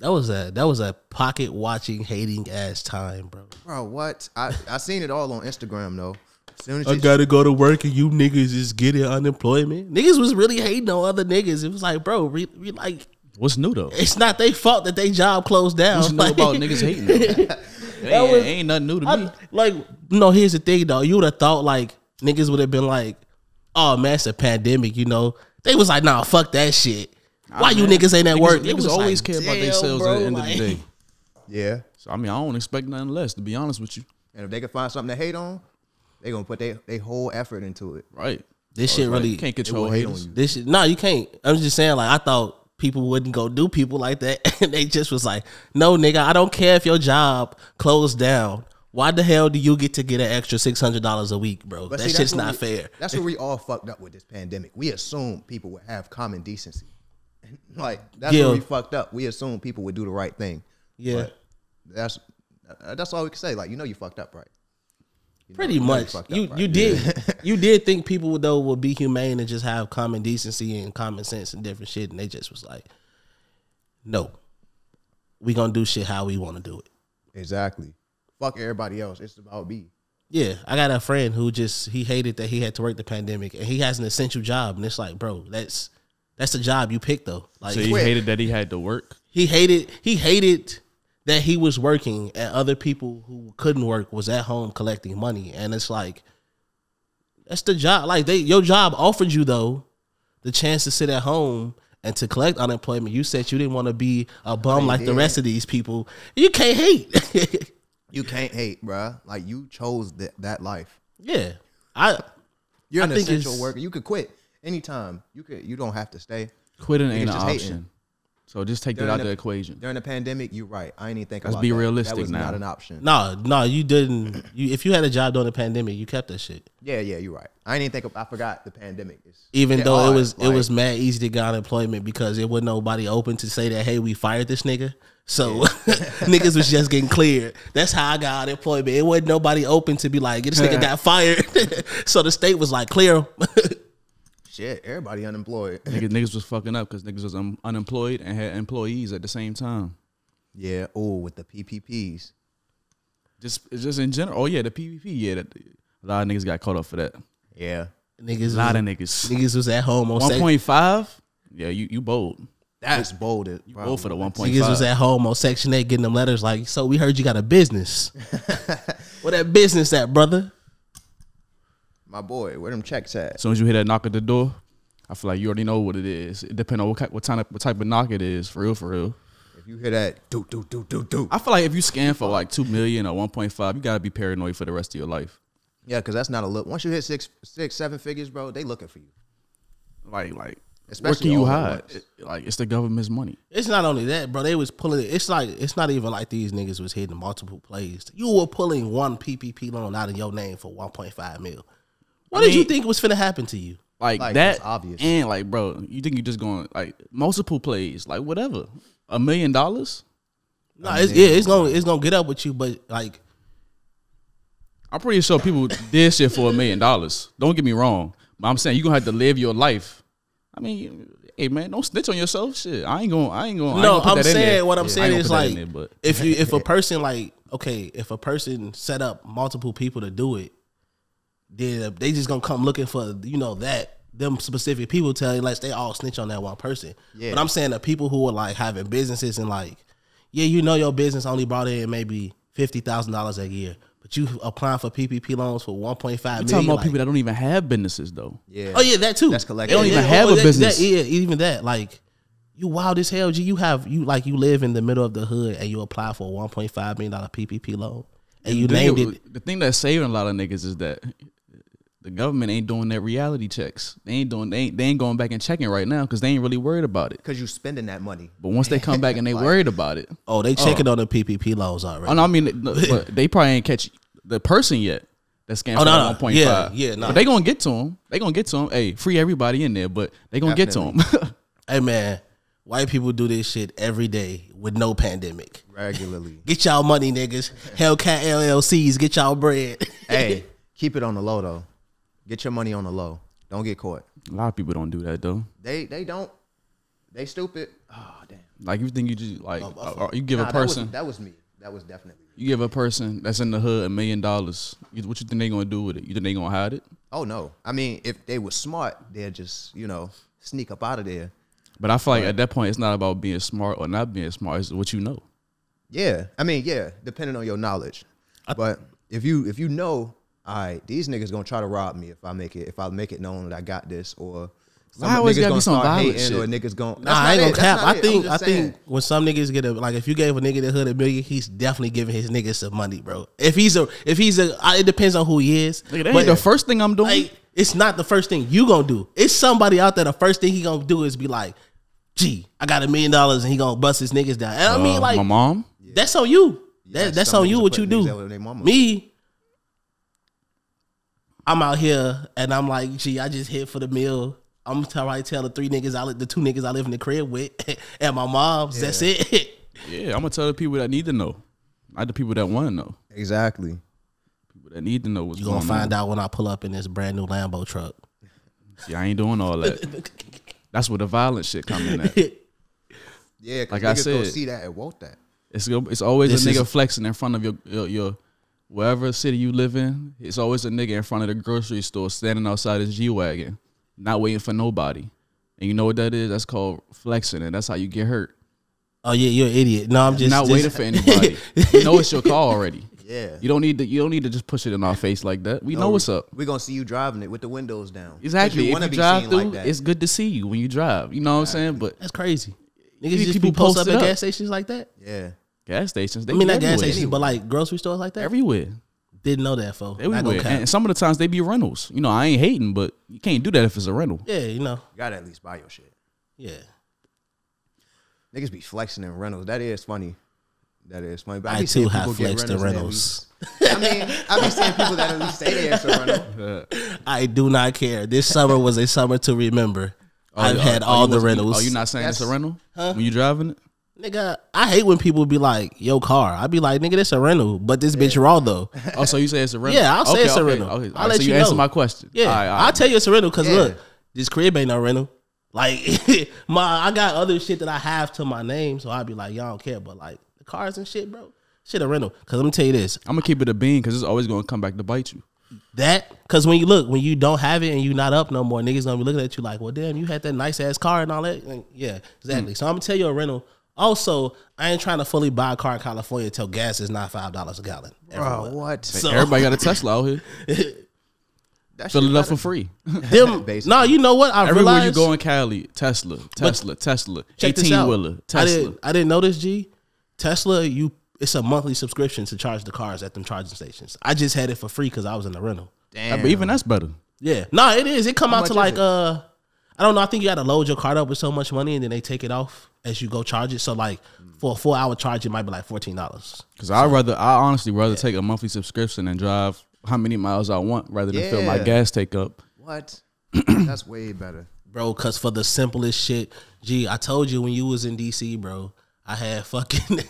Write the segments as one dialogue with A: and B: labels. A: That was a that was a pocket watching hating ass time, bro.
B: Bro, what? I I seen it all on Instagram though. Soon as
A: I
B: you-
A: gotta go to work and you niggas is getting unemployment. Niggas was really hating on other niggas. It was like, bro, we, we like
C: What's new though?
A: it's not their fault that they job closed down.
C: What's new
A: like,
C: about niggas hating? though? It ain't,
A: was-
C: ain't nothing new to me.
A: I, like, no, here's the thing though. You would have thought like niggas would have been like, oh man, it's a pandemic, you know. They was like, nah, fuck that shit. Why you niggas ain't at work? It was
C: Niggas always
A: like,
C: care about
A: damn,
C: themselves
A: bro,
C: at the end
A: like-
C: of the day.
B: yeah.
C: So I mean, I don't expect nothing less. To be honest with you,
B: And if they can find something to hate on, they gonna put their they whole effort into it.
C: right?
A: This shit
C: Like,
A: really
C: you can't
B: will
C: control
B: hate
C: haters.
B: on
A: This shit, no, you can't. I'm just saying, like, I thought people wouldn't go do people like that, and they just was like, "No, nigga, I don't care if your job closed down. Why the hell do you get to get an extra six hundred dollars a week, bro? that
B: But see, that's
A: shit's
B: what
A: not
B: we-
A: fair."
B: That's where we all fucked up with this pandemic. We assume people would have common decency. like that's
A: Yeah.
B: where we fucked up. We assume people would do the right thing.
A: Yeah.
B: But that's uh, that's all we can say. Like you know you fucked up, right? You know-
A: Pretty
B: you know
A: much,
B: fucked up,
A: you
B: right?
A: you did you did think people would though would be humane and just have common decency and common sense and different shit, and they just was like, "No, we gonna do shit how we want to do it."
B: Exactly. Fuck everybody else. It's about me.
A: Yeah, I got a friend who just he hated that he had to work the pandemic, and he has an essential job, and it's like, bro, that's that's the job you picked though. Like
C: So he
B: Quit.
C: hated that he had to work.
A: he hated he hated that he was working and other people who couldn't work was at home collecting money, and it's like that's the job. Like they your job offered you though the chance to sit at home. And to collect unemployment, you said you didn't want to be a bum like the rest of these people. You can't hate.
B: You can't hate, bruh. Like you chose that that life.
A: yeah, I
B: You're
A: I
B: an
A: think
B: essential
A: it's-
B: worker. You could quit anytime. You could. You don't have to stay.
C: Quitting
B: Niggas
C: ain't an
B: just hating.
C: option. So just take that
B: During
C: out
B: the-
C: the equation.
B: During the pandemic, you're right. I ain't even think
C: Let's
B: about
C: be
B: that.
C: realistic
B: That was
C: now.
B: not an option.
A: No, no, you didn't. You, if you had a job during the pandemic, you kept that shit.
B: Yeah, yeah, you're right. I didn't even think. Of, I forgot the pandemic. It's
A: Even
B: shit
A: though
B: hard.
A: it was
B: Like,
A: it was mad easy to get unemployment because it wasn't nobody open to say that hey we fired this nigga. So niggas was just getting cleared. That's how I got unemployment. It wasn't nobody open to be like this nigga got fired. so the state was like clear him.
B: shit. Everybody unemployed.
C: Niggas, niggas was fucking up because niggas was um, unemployed and had employees at the same time.
B: yeah. Oh, with the PPPs.
C: Just it's just in general. Oh yeah, the PvP. Yeah, that, a lot of niggas got caught up for that. A
B: Yeah.
A: niggas, was,
C: lot of niggas.
A: niggas was at home on
C: One
A: sex,
C: point five. Yeah, you you bold.
B: That's bold. as-
C: You bold for the one point
A: niggas was
C: five.
A: at home on section eight getting them letters like so we heard you got a business. Where that business at, brother?
B: My boy, where them checks at?
C: As soon as you hear that knock at the door, I feel like you already know what it is. It depends on what ki- what type of, what type of knock it is. For real, for real.
B: If you hear that, do do do do do.
C: I feel like if you scan for like two million or one point five, you gotta be paranoid for the rest of your life.
B: Yeah, because that's not a look. Once you hit six, six, seven figures, bro, they looking for you.
C: Like like, where
B: Especially
C: can you
B: all at
C: hide?
B: once.
C: It- like it's the government's money.
A: It's not only that, bro. They was pulling. It's like it's not even like these niggas was hitting multiple plays. You were pulling one PPP loan out of your name for one point five mil. What did you
C: mean-
A: think was finna happen to you?
C: Like,
B: Like,
C: that,
B: that's obvious.
C: and like, bro, you think you're just going like multiple plays, like whatever, a million dollars?
A: No, it's, yeah, it's gonna it's gonna get up with you, but like
C: I'm pretty sure people did shit for a million dollars. Don't get me wrong, but I'm saying you are gonna have to live your life. I mean, hey man, don't snitch on yourself. Shit, I ain't gonna, I ain't gonna. I ain't
A: no,
C: gonna put
A: I'm
C: that in
A: saying
C: there.
A: what I'm
C: Yeah, I
A: saying
C: ain't
A: is
C: gonna put that
A: like
C: in there, but
A: if you if a person like okay, if a person set up multiple people to do it, then they just gonna come looking for you know that them specific people tell you like they all snitch on that one person.
B: Yeah.
A: But I'm saying the people who are like having businesses and like, yeah, you know your business only brought in maybe fifty thousand dollars a year, but you applying for PPP loans for one point five
C: I'm
A: million.
C: talking about
A: like-
C: people that don't even have businesses though.
B: Yeah.
A: Oh yeah, that too.
B: That's collective.
A: Yeah,
B: They don't
C: even
A: yeah,
C: have
A: oh,
C: a
A: that-
C: business.
A: that- yeah, even that. Like you wild as hell, G. You have you like you live in the middle of the hood and you apply for a one point five million dollar PPP loan and you
C: The
A: named
C: thing-
A: it.
C: The thing that's saving a lot of niggas is that the government ain't doing their reality checks. They ain't doing. They ain't, they ain't going back and checking right now because they ain't really worried about it.
B: Because you spending that money.
C: But once they come back and they worried about it,
A: Oh, they checking on the PPP loans already.
C: oh, no, I mean, no, but they probably ain't catch the person yet. That's scam
A: Oh,
C: for
A: no,
C: that
A: no.
C: one point
A: Yeah,
C: five.
A: yeah, no.
C: But they gonna get to him. They gonna get to him. Hey, free everybody in there, but they gonna get to him.
A: Hey man, white people do this shit every day with no pandemic.
B: Regularly.
A: Get y'all money, niggas. Hellcat LLCs, get y'all bread.
B: hey, keep it on the low though. Get your money on the low. Don't get caught.
C: a lot of people don't do that though.
B: They they don't. They stupid. Oh damn.
C: Like you think you just like
B: Oh,
C: or- or you give
B: Nah,
C: a
B: that was-
C: person
B: That was, me. That was definitely. me.
C: you give a person that's in the hood a million dollars. you- What you think they gonna do with it? You think they gonna hide it?
B: Oh no! I mean, if they were smart, they'd just you know sneak up out of there.
C: But I feel like at that point it's not about being smart or not being smart. It's what you know.
B: Yeah, I mean, yeah, depending on your knowledge. but if you if you know, all right, these niggas gonna try to rob me if I make it if I make it known that I got this or. Some
C: Why always
B: niggas
C: gotta be
B: gonna
C: some
B: start
C: violent
B: hating Or
C: shit?
B: niggas gonna,
A: Nah, I ain't gonna cap. I think I think when some niggas get a like, if you gave a nigga the hood a million, he's definitely giving his niggas some money, bro. If he's a if he's a, I- it depends on who he is.
C: Nigga, that
A: But,
C: ain't the first thing I'm doing.
A: like, it's not the first thing you gonna do. It's somebody out there. The first thing he gonna do is be like, "Gee, I got a million dollars," and he gonna bust his niggas down. And I mean,
C: Uh,
A: like,
C: my mom.
A: that's on you.
B: Yeah,
A: that, that's
B: some
A: on
B: niggas
A: you.
B: will
A: What
B: put
A: you
B: niggas
A: do.
B: out with their mama.
A: Me, I'm out here and I'm like, gee, I just hit for the meal. I'm gonna probably tell the three niggas I li- the two niggas I live in the crib with, and my mom's. That's it.
C: Yeah, I'm gonna tell the people that need to know, not the people that want to know.
B: exactly.
C: People that need to know what's
A: You
C: going
A: gonna find
C: on.
A: out when I pull up in this brand new Lambo truck.
C: See, I ain't doing all that. That's where the violent shit come in at.
A: That's
B: Yeah, 'cause
C: Like
B: niggas
C: I
B: gonna
C: said-
B: see that and want that.
C: It's go- it's always
A: This
C: a nigga
A: is-
C: flexing in front of your, your your wherever city you live in. It's always a nigga in front of the grocery store standing outside his G wagon, not waiting for nobody. And you know what that is? That's called flexing, and that's how you get hurt.
A: Oh yeah, you're an idiot. No, I'm just
C: not
A: just-
C: waiting for anybody. you know it's your car already.
B: Yeah.
C: You don't need to. You don't need to just push it in our face like that. We know
B: No,
C: what's up.
B: We're gonna see you driving it with the windows down. 'Cause
C: Exactly. if
B: wanna
C: you drive
B: seen
C: through,
B: like that.
C: it's good to see you when you drive. You know what I'm saying? But
A: That's crazy. Niggas
C: These
A: just
C: people
A: people post up
C: post it
A: at
C: up.
A: gas stations like that.
B: yeah.
C: gas stations, they
A: I mean, not
C: everywhere.
A: gas stations, but like grocery stores like that.
C: everywhere,
A: Didn't know that, fo. Not gonna
C: everywhere.
A: cap.
C: And some of the times they be rentals. You know, I ain't hating, but you can't do that if it's a rental.
A: Yeah, you know.
B: You gotta at least buy your shit.
A: Yeah.
B: Niggas be flexing in rentals. That is funny. That is funny. But
A: I
B: be
A: too
B: seeing
A: have
B: people get
A: flexed in
B: rentals that be- I mean, I be seeing people that at least say they it's a rental.
A: I do not care. This summer was a summer to remember. I've
C: Oh,
A: had
C: oh,
A: all
C: you
A: the
C: wasn't-
A: rentals.
C: Oh, you not saying it's a
B: That's-
C: rental when you driving it?
A: nigga, I hate when people be like, yo, car. I be like, nigga, this a rental, but this bitch raw though.
C: Oh, so you say it's a rental?
A: Yeah, I'll say
C: Okay,
A: it's a
C: okay,
A: rental.
C: okay.
A: I'll
C: All right,
A: let
C: so
A: you
C: you answer
A: know.
C: my question.
A: Yeah.
C: All right, all
A: I'll
C: right.
A: tell you it's a rental because
B: Yeah.
A: look, this crib ain't no rental. Like my I got other shit that I have to my name, so I'll be like, y'all don't care, but like the cars and shit, bro. Shit a rental. Cause let me tell you this.
C: I'm gonna keep it a bean because it's always gonna come back to bite you.
A: That because when you look, when you don't have it and you not up no more, niggas gonna be looking at you like, well, damn, you had that nice ass car and all that. And yeah, exactly.
C: Mm.
A: So I'm gonna tell you a rental. Also, I ain't trying to fully buy a car in California until gas is not five dollars a gallon.
B: Bro,
A: everywhere.
B: what?
A: So
C: Everybody got a Tesla out here.
B: That
C: Fill
B: shit
C: it up
B: gotta-
C: for free.
A: them,
B: Basically.
A: no, you know what? I
C: Everywhere
A: realized,
C: you go in Cali, Tesla, Tesla, Tesla,
A: check this
C: eighteen
A: out.
C: wheeler,
A: I
C: Tesla.
A: didn't, I didn't know this, G. Tesla, you it's a monthly subscription to charge the cars at them charging stations. I just had it for free because I was in the rental.
B: Damn.
C: But even that's better.
A: Yeah, no, it is. It come out
B: much
A: to
B: is
A: like
B: it?
A: uh, I don't know. I think you got to load your card up with so much money, and then they take it off as you go charge it. So like for a four hour charge, it might be like fourteen dollars.
C: Because I rather, I honestly rather take a monthly subscription and drive how many miles I want rather than fill my
B: Yeah.
C: gas take up.
B: What? That's way better.
A: bro. Cause for the simplest shit, gee, I told you when you was in DC, bro. I had fucking,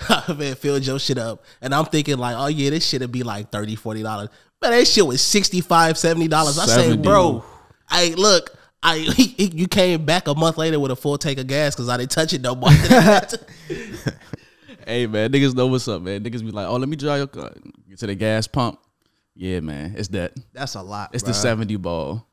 A: I man, filled your shit up, and I'm thinking like, oh yeah, this shit'd be like 30 dollars. Man, that shit was 65 dollars. I say,
C: 70.
A: bro, I look. I you came back a month later with a full tank of gas because I didn't touch it no more.
C: Hey man, niggas know what's up, man. Niggas be like, oh, let me drive your car Get to the gas pump. Yeah, man, it's that.
B: That's a lot.
C: It's
B: bruh.
C: the seventy ball.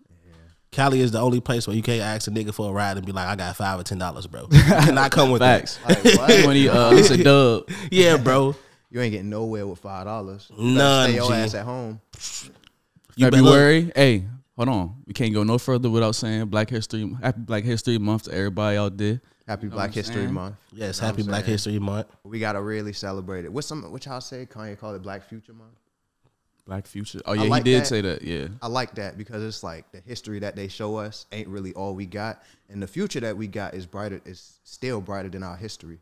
A: Cali is the only place where you can't ask a nigga for a ride and be like, I got five or ten dollars, bro. You cannot come with that.
C: Facts.
B: Like, what?
C: Twenty. Uh, it's a dub.
A: Yeah, bro.
B: you ain't getting nowhere with five dollars.
A: None,
B: Stay your
A: G.
B: ass at home.
A: You better look.
C: February. Hey, hold on. We can't go no further without saying Black History Happy Black History Month to everybody out there.
B: Happy Black History
C: saying?
B: Month.
A: Yes,
B: Know what
A: happy
B: I'm
A: Black
B: saying?
A: History Month.
B: We gotta really celebrate it. What some what y'all say? Kanye called it Black Future Month.
C: Black Future. Oh yeah,
B: like
C: he did
B: that.
C: say that. Yeah.
B: I like that because it's like the history that they show us ain't really all we got, and the future that we got is brighter. Is still brighter than our history,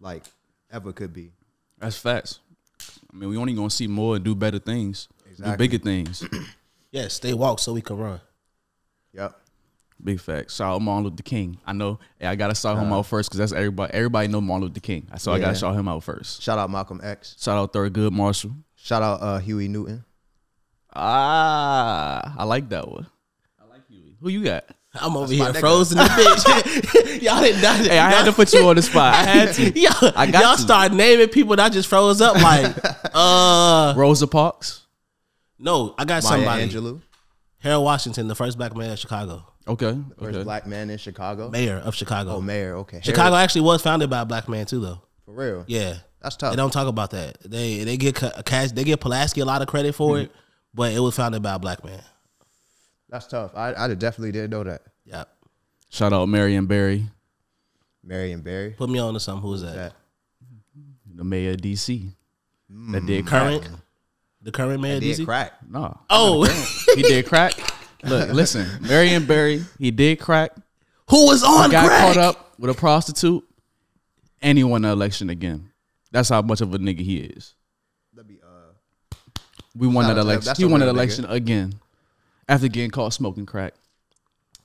B: like ever could be.
C: That's facts. I mean, we only gonna see more and do better things, do
B: Exactly.
C: bigger things.
A: Yes, they walk so we can run.
B: Yep.
C: Big facts. Shout out Martin Luther King. I know. Hey, I gotta shout him out first because that's everybody. Everybody know Martin Luther King. So I gotta
B: Yeah.
C: shout him out first.
B: Shout out Malcolm X.
C: Shout out Thurgood Marshall.
B: Shout out uh, Huey Newton.
C: Ah, I like that one. I like Huey. Who you got?
A: I'm over
B: That's my
A: here
B: nigga.
A: frozen the bitch. y'all didn't. That,
C: Hey, I had to put you on the spot. I had to.
A: y'all,
C: I got
A: y'all
C: to.
A: start naming people that I just froze up. Like, uh,
C: Rosa Parks.
A: no, I got
B: Maya
A: somebody.
B: Angelou,
A: Harold Washington, the first black mayor of Chicago,
C: Okay.
B: first
C: okay.
B: black man in Chicago.
A: mayor of Chicago.
B: Oh, mayor. Okay,
A: Chicago actually was founded by a black man too, though.
B: for real.
A: Yeah,
B: that's tough.
A: They don't talk about that. They they get ca- cash. They get Pulaski a lot of credit for it, but it was founded by a black man.
B: That's tough. I, I definitely didn't know that.
A: Yep.
C: Shout out Marion Barry,
B: Marion Barry.
A: Put me on to some. Who's that?
B: That
C: the mayor of DC.
B: Mm.
C: That did crack.
A: Current. The current mayor. of
B: did
A: DC?
B: crack.
C: Nah.
A: Oh,
C: He did crack. Look, listen, Marion Barry, he did crack.
A: who was on
C: Got
A: crack?
C: caught up with a prostitute, and he won the election again. That's how much of a nigga he is.
B: Let me, uh,
C: We won
B: Shout
C: that
B: out to him.
C: election.
B: That's
C: He
B: a
C: won that
B: real nigga.
C: election again after getting caught smoking crack.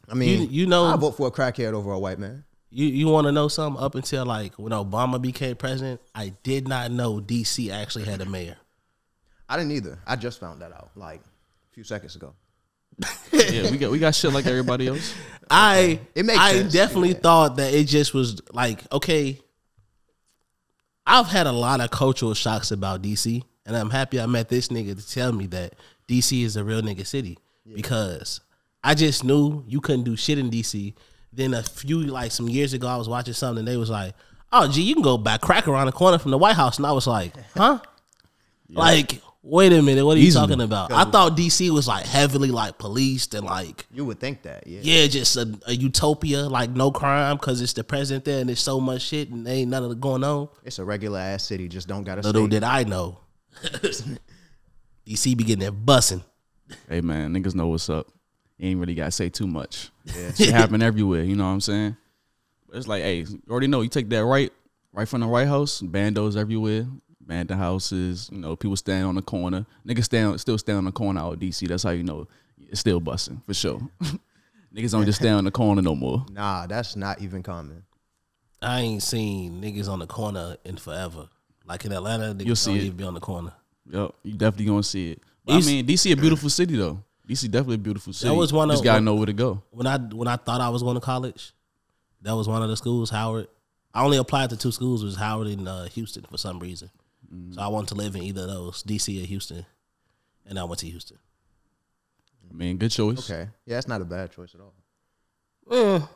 B: I
A: You,
B: mean,
A: you
B: I
A: know,
B: vote for a crackhead over a white man.
A: you, you want to know something? Up until like when Obama became president, I did not know DC actually had a mayor.
B: I didn't either. I just found that out like a few seconds ago.
C: Yeah, we got we got shit like everybody else.
A: I
B: It makes
A: I
B: sense.
A: definitely thought that it just was like okay. I've had a lot of cultural shocks about DC, and I'm happy I met this nigga to tell me that DC is a real nigga city because I just knew you couldn't do shit in DC. Then a few like some years ago, I was watching something. and They was like, "Oh, gee, you can go buy crack around the corner from the White House," and I was like, "Huh." Like, wait a minute, what are you
C: Easily.
A: talking about? I thought DC was like heavily like policed and like
B: You would think that, yeah.
A: yeah, just a, a utopia, like no crime, because it's the president there and there's so much shit and ain't none of it going on.
B: It's a regular ass city, just don't got a
A: Little
B: state.
A: did I know. DC be getting there bussing.
C: Hey man, niggas know what's up. You ain't really gotta say too much. Shit happen everywhere, you know what I'm saying? But it's like, hey, you already know you take that right, right from the White House, bandos everywhere, bandit houses, you know, people stand on the corner. Niggas stand still stand on the corner out of DC. That's how you know it's still busting for sure. niggas don't just stand on the corner no more.
B: Nah, that's not even common.
A: I ain't seen niggas on the corner in forever. Like in Atlanta, niggas
C: You'll see
A: don't
C: it.
A: even be on the corner.
C: Yep, you definitely gonna see it. But I
A: It's-
C: mean, DC a beautiful city though. DC definitely a beautiful city.
A: was one
C: You
A: of-
C: just gotta know where to go.
A: When I when I thought I was going to college, that was one of the schools, Howard. I only applied to two schools, was Howard and uh, Houston for some reason. So I wanted to live in either of those, DC or Houston, and I went to Houston.
C: I mean, good choice.
B: Okay. Yeah, that's not a bad choice at all.
A: Mm.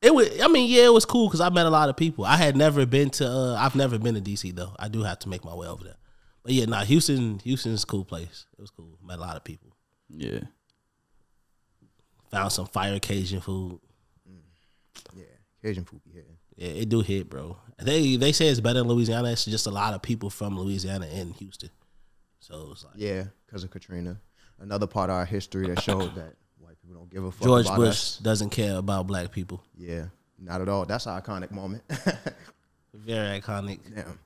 A: It was. I mean, yeah, it was cool because I met a lot of people. I had never been to. Uh, I've never been to DC though. I do have to make my way over there. But yeah, nah, Houston. Houston's a cool place. It was cool. Met a lot of people.
C: Yeah.
A: Found some fire Cajun food.
B: Yeah. Cajun food be hitting.
A: Yeah, it do hit, bro. They they say it's better in Louisiana. It's just a lot of people from Louisiana in Houston. So it's like
B: Yeah, because of Katrina. Another part of our history that showed that white people don't give a fuck
A: George
B: about
A: Bush
B: us.
A: doesn't care about black people.
B: Yeah, not at all. That's an iconic moment.
A: Very iconic.
B: Damn.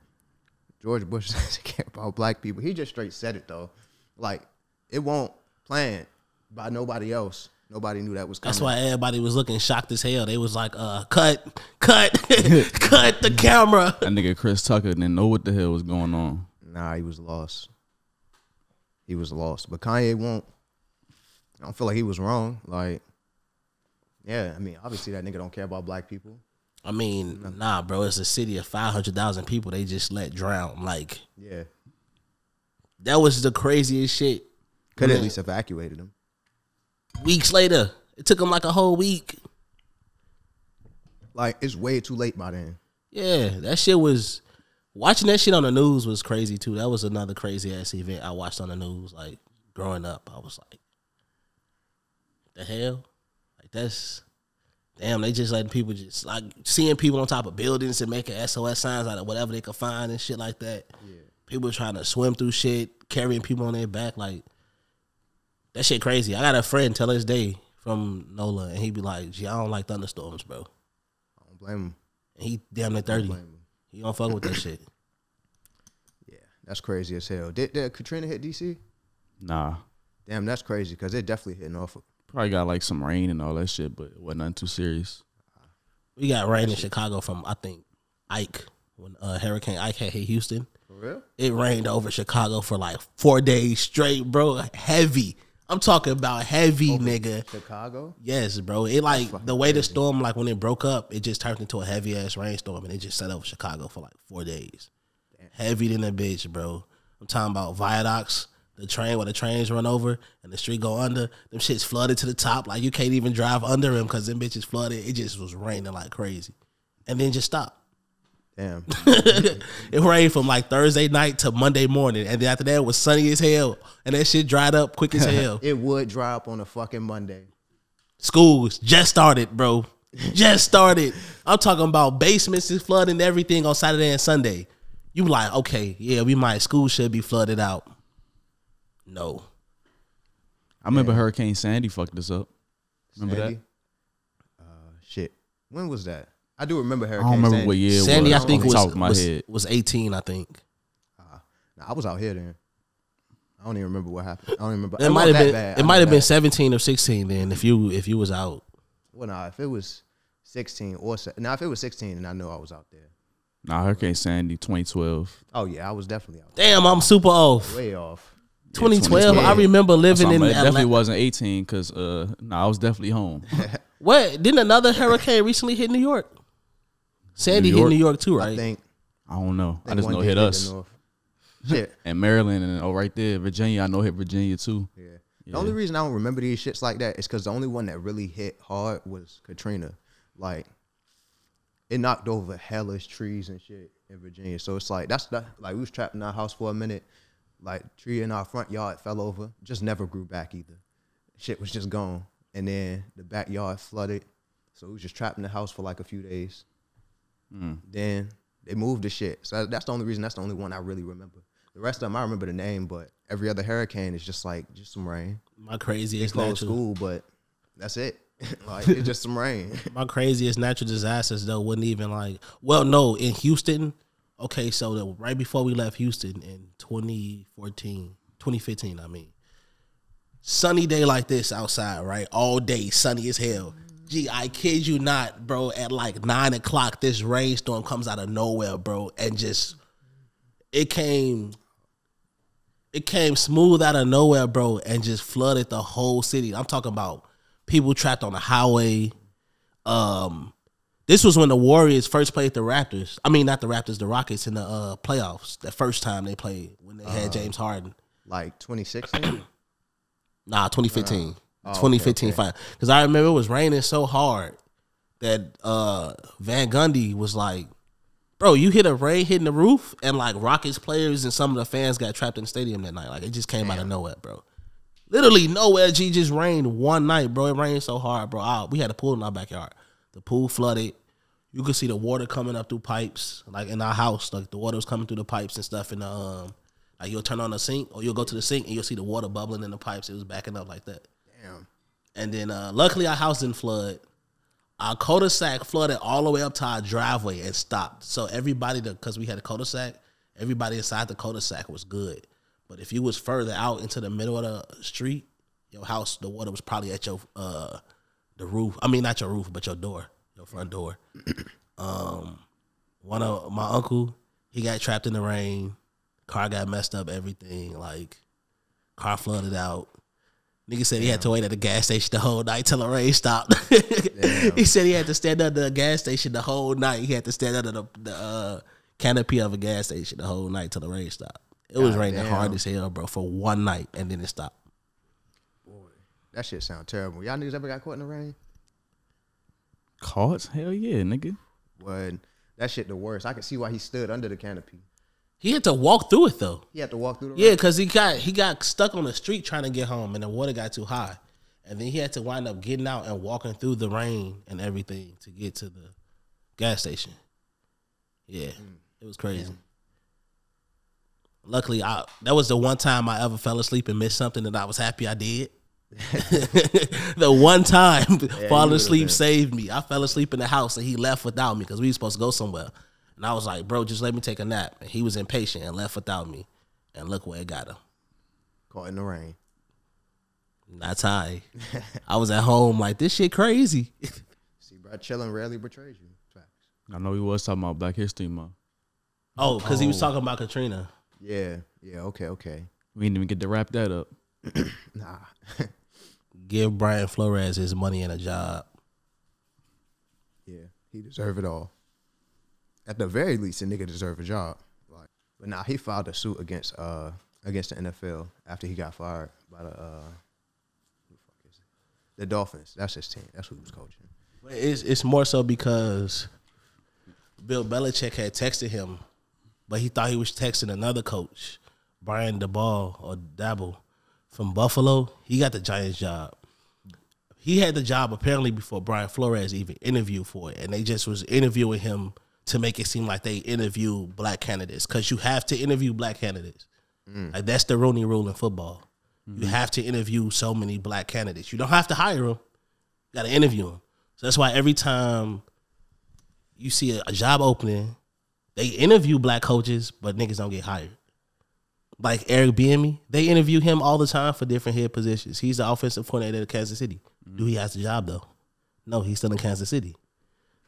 B: George Bush doesn't care about black people. He just straight said it though. Like it won't planned by nobody else. Nobody knew that was coming.
A: That's why everybody was looking shocked as hell. They was like, uh, cut, cut, cut the camera.
C: That nigga Chris Tucker didn't know what the hell was going on.
B: Nah, he was lost. He was lost. But Kanye won't. I don't feel like he was wrong. Like, yeah, I mean, obviously that nigga don't care about black people.
A: I mean, nah, bro. It's a city of five hundred thousand people. They just let drown. Like
B: Yeah,
A: that was the craziest shit.
B: could at least evacuated him.
A: Weeks later, it took them like a whole week.
B: Like, it's way too late by then.
A: Yeah, that shit was. Watching that shit on the news was crazy too. That was another crazy ass event I watched on the news. Like growing up, I was like, the hell, like that's. Damn, they just letting people just like seeing people on top of buildings and making SOS signs out of whatever they could find and shit like that. People trying to swim through shit, carrying people on their back. Like that shit crazy. I got a friend till this day from NOLA, and he be like, "Gee, I don't like thunderstorms, bro."
B: I don't blame him.
A: And he damn near thirty.
B: Blame him.
A: He don't fuck with that shit.
B: Yeah, that's crazy as hell. Did, did Katrina hit DC?
C: Nah.
B: Damn, that's crazy because it definitely hit Norfolk.
C: Probably got like some rain and all that shit, but it wasn't nothing too serious.
A: We got rain in Chicago from I think Ike when uh, Hurricane Ike had hit Houston.
B: For real?
A: It rained over Chicago for like four days straight, bro. Heavy. I'm talking about heavy nigga.
B: Chicago.
A: Yes, bro. It like the way the storm, like when it broke up, it just turned into a heavy ass rainstorm and it just set over Chicago for like four days. Heavy than a bitch, bro. I'm talking about viaducts, the train where the trains run over and the street go under. Them shits flooded to the top. Like you can't even drive under them because them bitches flooded. It just was raining like crazy. And then just stopped.
B: Damn.
A: It rained from like Thursday night to Monday morning. And then after that it was sunny as hell. And that shit dried up quick as hell.
B: it would dry up on a fucking Monday.
A: schools just started, bro. Just started. I'm talking about basements is flooding everything on Saturday and Sunday. You like, okay, yeah, we might school should be flooded out. No.
C: I remember Hurricane Sandy fucked us up. Remember
B: Sandy?
C: that?
B: Uh, shit. When was that? I do remember
C: I
B: Hurricane
C: don't remember
B: Sandy.
C: what year it
A: Sandy, I
C: was.
A: think
C: off the top
A: was
C: of my
A: was,
C: head.
A: was 18, I think.
B: Nah, I was out here then. I don't even remember what happened. I don't remember.
A: It might have been it might have been 17 or 16 then if you if you was out.
B: Well, nah, if it was sixteen or se- now if it was sixteen, and I know I was out there.
C: Nah, Hurricane Sandy, 2012.
B: Oh yeah, I was definitely out
A: Damn, I'm super off.
B: there. Way off.
A: 2012, I
C: 2012.
A: remember living
C: Something,
A: in
C: but it definitely
A: Atlanta.
C: wasn't 18 because uh, nah, I was definitely home.
A: What? Didn't another hurricane recently hit New York? Sandy
C: York?
A: hit New York too,
B: I
A: right?
B: think.
C: I don't know. I
B: think
C: just
B: one
C: know
B: did
C: hit
B: the
C: us
B: North. Shit.
C: and Maryland and oh right there Virginia. I know hit Virginia too.
B: Yeah. The only reason I don't remember these shits like that is because the only one that really hit hard was Katrina. Like, it knocked over hellish trees and shit in Virginia. So it's like that's the, like we was trapped in our house for a minute. Like tree in our front yard fell over, just never grew back either. Shit was just gone, and then the backyard flooded. So we was just trapped in the house for like a few days. Then they moved the shit. So that's the only reason. That's the only one I really remember. The rest of them I remember the name, but every other hurricane is just like just some rain.
A: My craziest
B: Closed
A: natural
B: school, but that's it. like it's just some rain.
A: my craziest natural disasters though wouldn't even like well no in houston okay so the, right before we left houston in 2014 2015 i mean sunny day like this outside right all day sunny as hell gee i kid you not bro at like 9 o'clock this rainstorm comes out of nowhere bro and just it came it came smooth out of nowhere, bro, and just flooded the whole city. I'm talking about people trapped on the highway. Um, this was when the Warriors first played the Raptors. I mean, not the Raptors, the Rockets in the uh, playoffs. The first time they played when they
B: Uh-huh.
A: had James Harden.
B: Like 2016.
A: Nah, 2015.
B: Oh, okay,
A: 2015 fight. Because I remember it was raining so hard that uh, Van Gundy was like, Bro, you hit a rain hitting the roof, and like Rockets players and some of the fans got trapped in the stadium that night. Like it just came out of nowhere, bro. Literally nowhere. G just rained one night, bro. It rained so hard, bro. I, we had a pool in our backyard. The pool flooded. You could see the water coming up through pipes, like in our house. Like the water was coming through the pipes and stuff. And um, like you'll turn on the sink or you'll go to the sink and you'll see the water bubbling in the pipes. It was backing up like that.
B: Damn.
A: And then uh, luckily our house didn't flood. Our cul-de-sac flooded all the way up to our driveway and stopped. So everybody, because we had a cul-de-sac, everybody inside the cul-de-sac was good. But if you was further out into the middle of the street, your house, the water was probably at your uh, the roof. I mean, not your roof, but your door, your front door. Um, one of my uncle, he got trapped in the rain. Car got messed up. Everything like car flooded out. Nigga said he had to wait at the gas station the whole night till the rain stopped. he said he had to stand under the gas station the whole night. He had to stand under the, the uh, canopy of a gas station the whole night till the rain stopped. It was raining
B: Goddamn.
A: hard as hell, bro, for one night and then it stopped.
B: That shit sound terrible. Y'all niggas ever got caught in the rain?
C: Caught? Hell yeah, nigga.
B: But that shit the worst. I can see why he stood under the canopy.
A: He had to walk through it though.
B: He had to walk through the
A: Yeah, because he got he got stuck on the street trying to get home, and the water got too high, and then he had to wind up getting out and walking through the rain and everything to get to the gas station. Yeah,
B: Mm.
A: it was crazy. Luckily, I that was the one time I ever fell asleep and missed something that I was happy I did. the one time falling
B: would've
A: asleep
B: been.
A: saved me. I fell asleep in the house and he left without me because we were supposed to go somewhere. And I was like, bro, just let me take a nap. And he was impatient and left without me. And look where it got him.
B: Caught in the rain.
A: That's high. I was at home like this shit crazy.
B: See, bro, chilling rarely betrays you. Facts.
C: I know he was talking about Black History Month.
A: oh, because he was talking about Katrina.
B: Yeah. Yeah. Okay. Okay.
C: We didn't even get to wrap that up.
B: Nah.
A: Give Brian Flores his money and a job.
B: Yeah. He deserve it all. At the very least, a nigga deserve a job. Like, but nah, he filed a suit against uh against the NFL after he got fired by the uh who the fuck is it? The Dolphins. That's his team. That's who he was coaching.
A: But It's it's more so because Bill Belichick had texted him, but he thought he was texting another coach, Brian DeBall or Dabble from Buffalo. He got the Giants job. He had the job apparently before Brian Flores even interviewed for it, and they just was interviewing him to make it seem like they interview black candidates because you have to interview black candidates. Like that's the Rooney Rule in football. You have to interview so many black candidates. You don't have to hire them got to interview them. So that's why every time you see a, a job opening, they interview black coaches, but niggas don't get hired. Like Eric Bieniemy, they interview him all the time for different head positions. He's the offensive coordinator of Kansas City. Do he has the job though? No, he's still in Kansas City.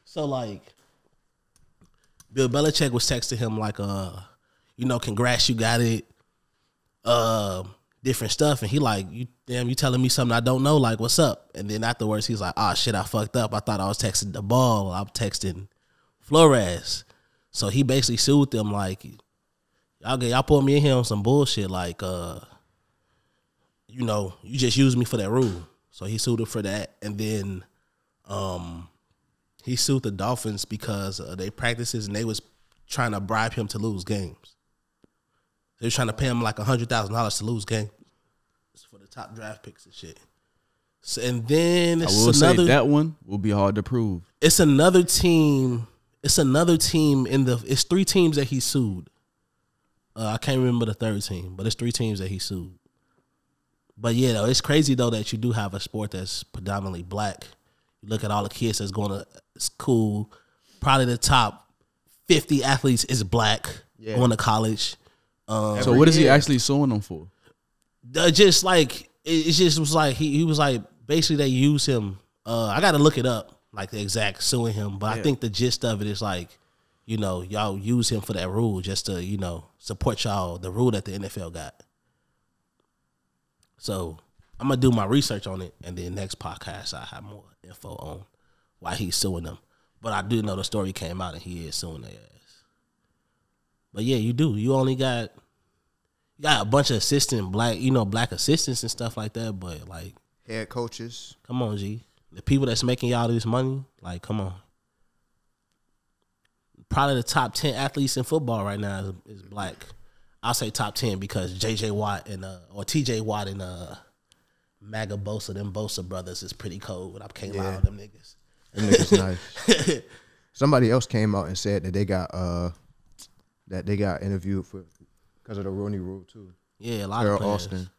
A: So like, Bill Belichick was texting him like, "Uh, you know, congrats, you got it." uh, different stuff, and he like, you damn, you telling me something I don't know? Like, what's up? And then afterwards, he's like, ah, shit, I fucked up. I thought I was texting the ball. I'm texting Flores. So he basically sued them like, y'all get y'all put me in here on some bullshit. Like, uh, you know, you just used me for that rule. So he sued him for that, and then, um, he sued the Dolphins because of their practices and they was trying to bribe him to lose games. They was trying to pay him like hundred thousand dollars to lose game for the top draft picks and shit. So, and then
C: I
A: it's
C: will
A: another.
C: say that one will be hard to prove.
A: it's another team. It's another team in the. It's three teams that he sued. Uh, I can't remember the third team, but it's three teams that he sued. But yeah, though it's crazy though that you do have a sport that's predominantly black. You look at all the kids that's going to school. Probably the top fifty athletes is black
B: Yeah.
A: going to college. Um,
C: So what is he actually suing them for?
A: uh, just like it, it just was like he, he was like basically they use him. Uh, I gotta look it up like the exact suing him, but I think the gist of it is like you know y'all use him for that rule just to you know support y'all the rule that the NFL got. So I'm gonna do my research on it, and then next podcast I have more info on why he's suing them. But I do know the story came out and he is suing their ass. But yeah, you do. You only got you got a bunch of assistant black, you know, black assistants and stuff like that. But like,
B: Head coaches.
A: come on, G. The people that's making y'all this money, like, come on. Probably the top ten athletes in football right now is, is black. I'll say top ten because JJ Watt and uh or TJ Watt and uh Maga Bosa, them Bosa brothers is pretty cold. And I can't lie on them niggas.
B: Them niggas nice. Somebody else came out and said that they got uh that they got interviewed for because of the Rooney Rule too.
A: Yeah, a lot
B: Carol
A: of players.
B: Austin.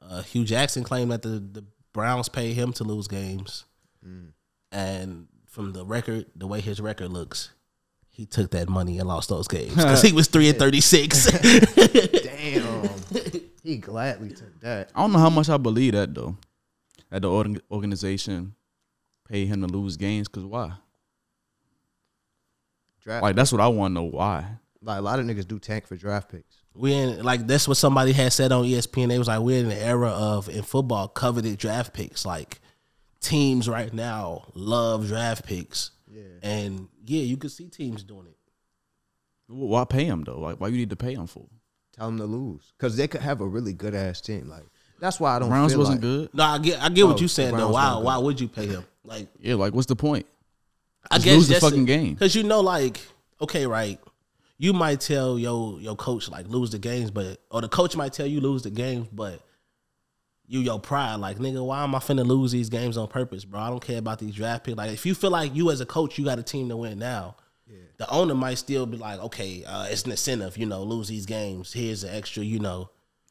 A: Uh, Hugh Jackson claimed that the, the Browns paid him to lose games.
B: Mm.
A: And from the record, the way his record looks, he took that money and lost those games because he was 3 and 36.
B: Damn, he gladly took that.
C: I don't know how much I believe that though. That the org- organization paid him to lose games because why?
B: Draft like,
C: Like that's what I want to know why.
B: a lot of niggas do tank for draft picks.
A: we in like that's what somebody had said on E ESPN. They was like, we're in an era of in football coveted draft picks. Like teams right now love draft picks.
B: Yeah.
A: And yeah, you could see teams doing it.
C: Wh- Why pay him though? Like why you need to pay him for?
B: Tell them to lose because they could have a really good ass team. Like that's why I don't.
C: Browns
B: feel
C: wasn't
B: like-
C: good.
A: No, I get I get
B: Oh,
A: what you saying though.
B: Browns
A: Why
B: don't go.
A: why would you pay him? Like
C: Yeah, like what's the point?
A: I
C: Just lose the fucking game.
A: because you know, like, okay, right? You might tell your your coach like lose the games, but or the coach might tell you lose the games, but you your pride, like nigga, why am I finna lose these games on purpose, bro? I don't care about these draft picks. Like, if you feel like you as a coach, you got a team to win now. The owner might still be like, okay, uh, it's an incentive, you know, lose these games. Here's an extra, you know.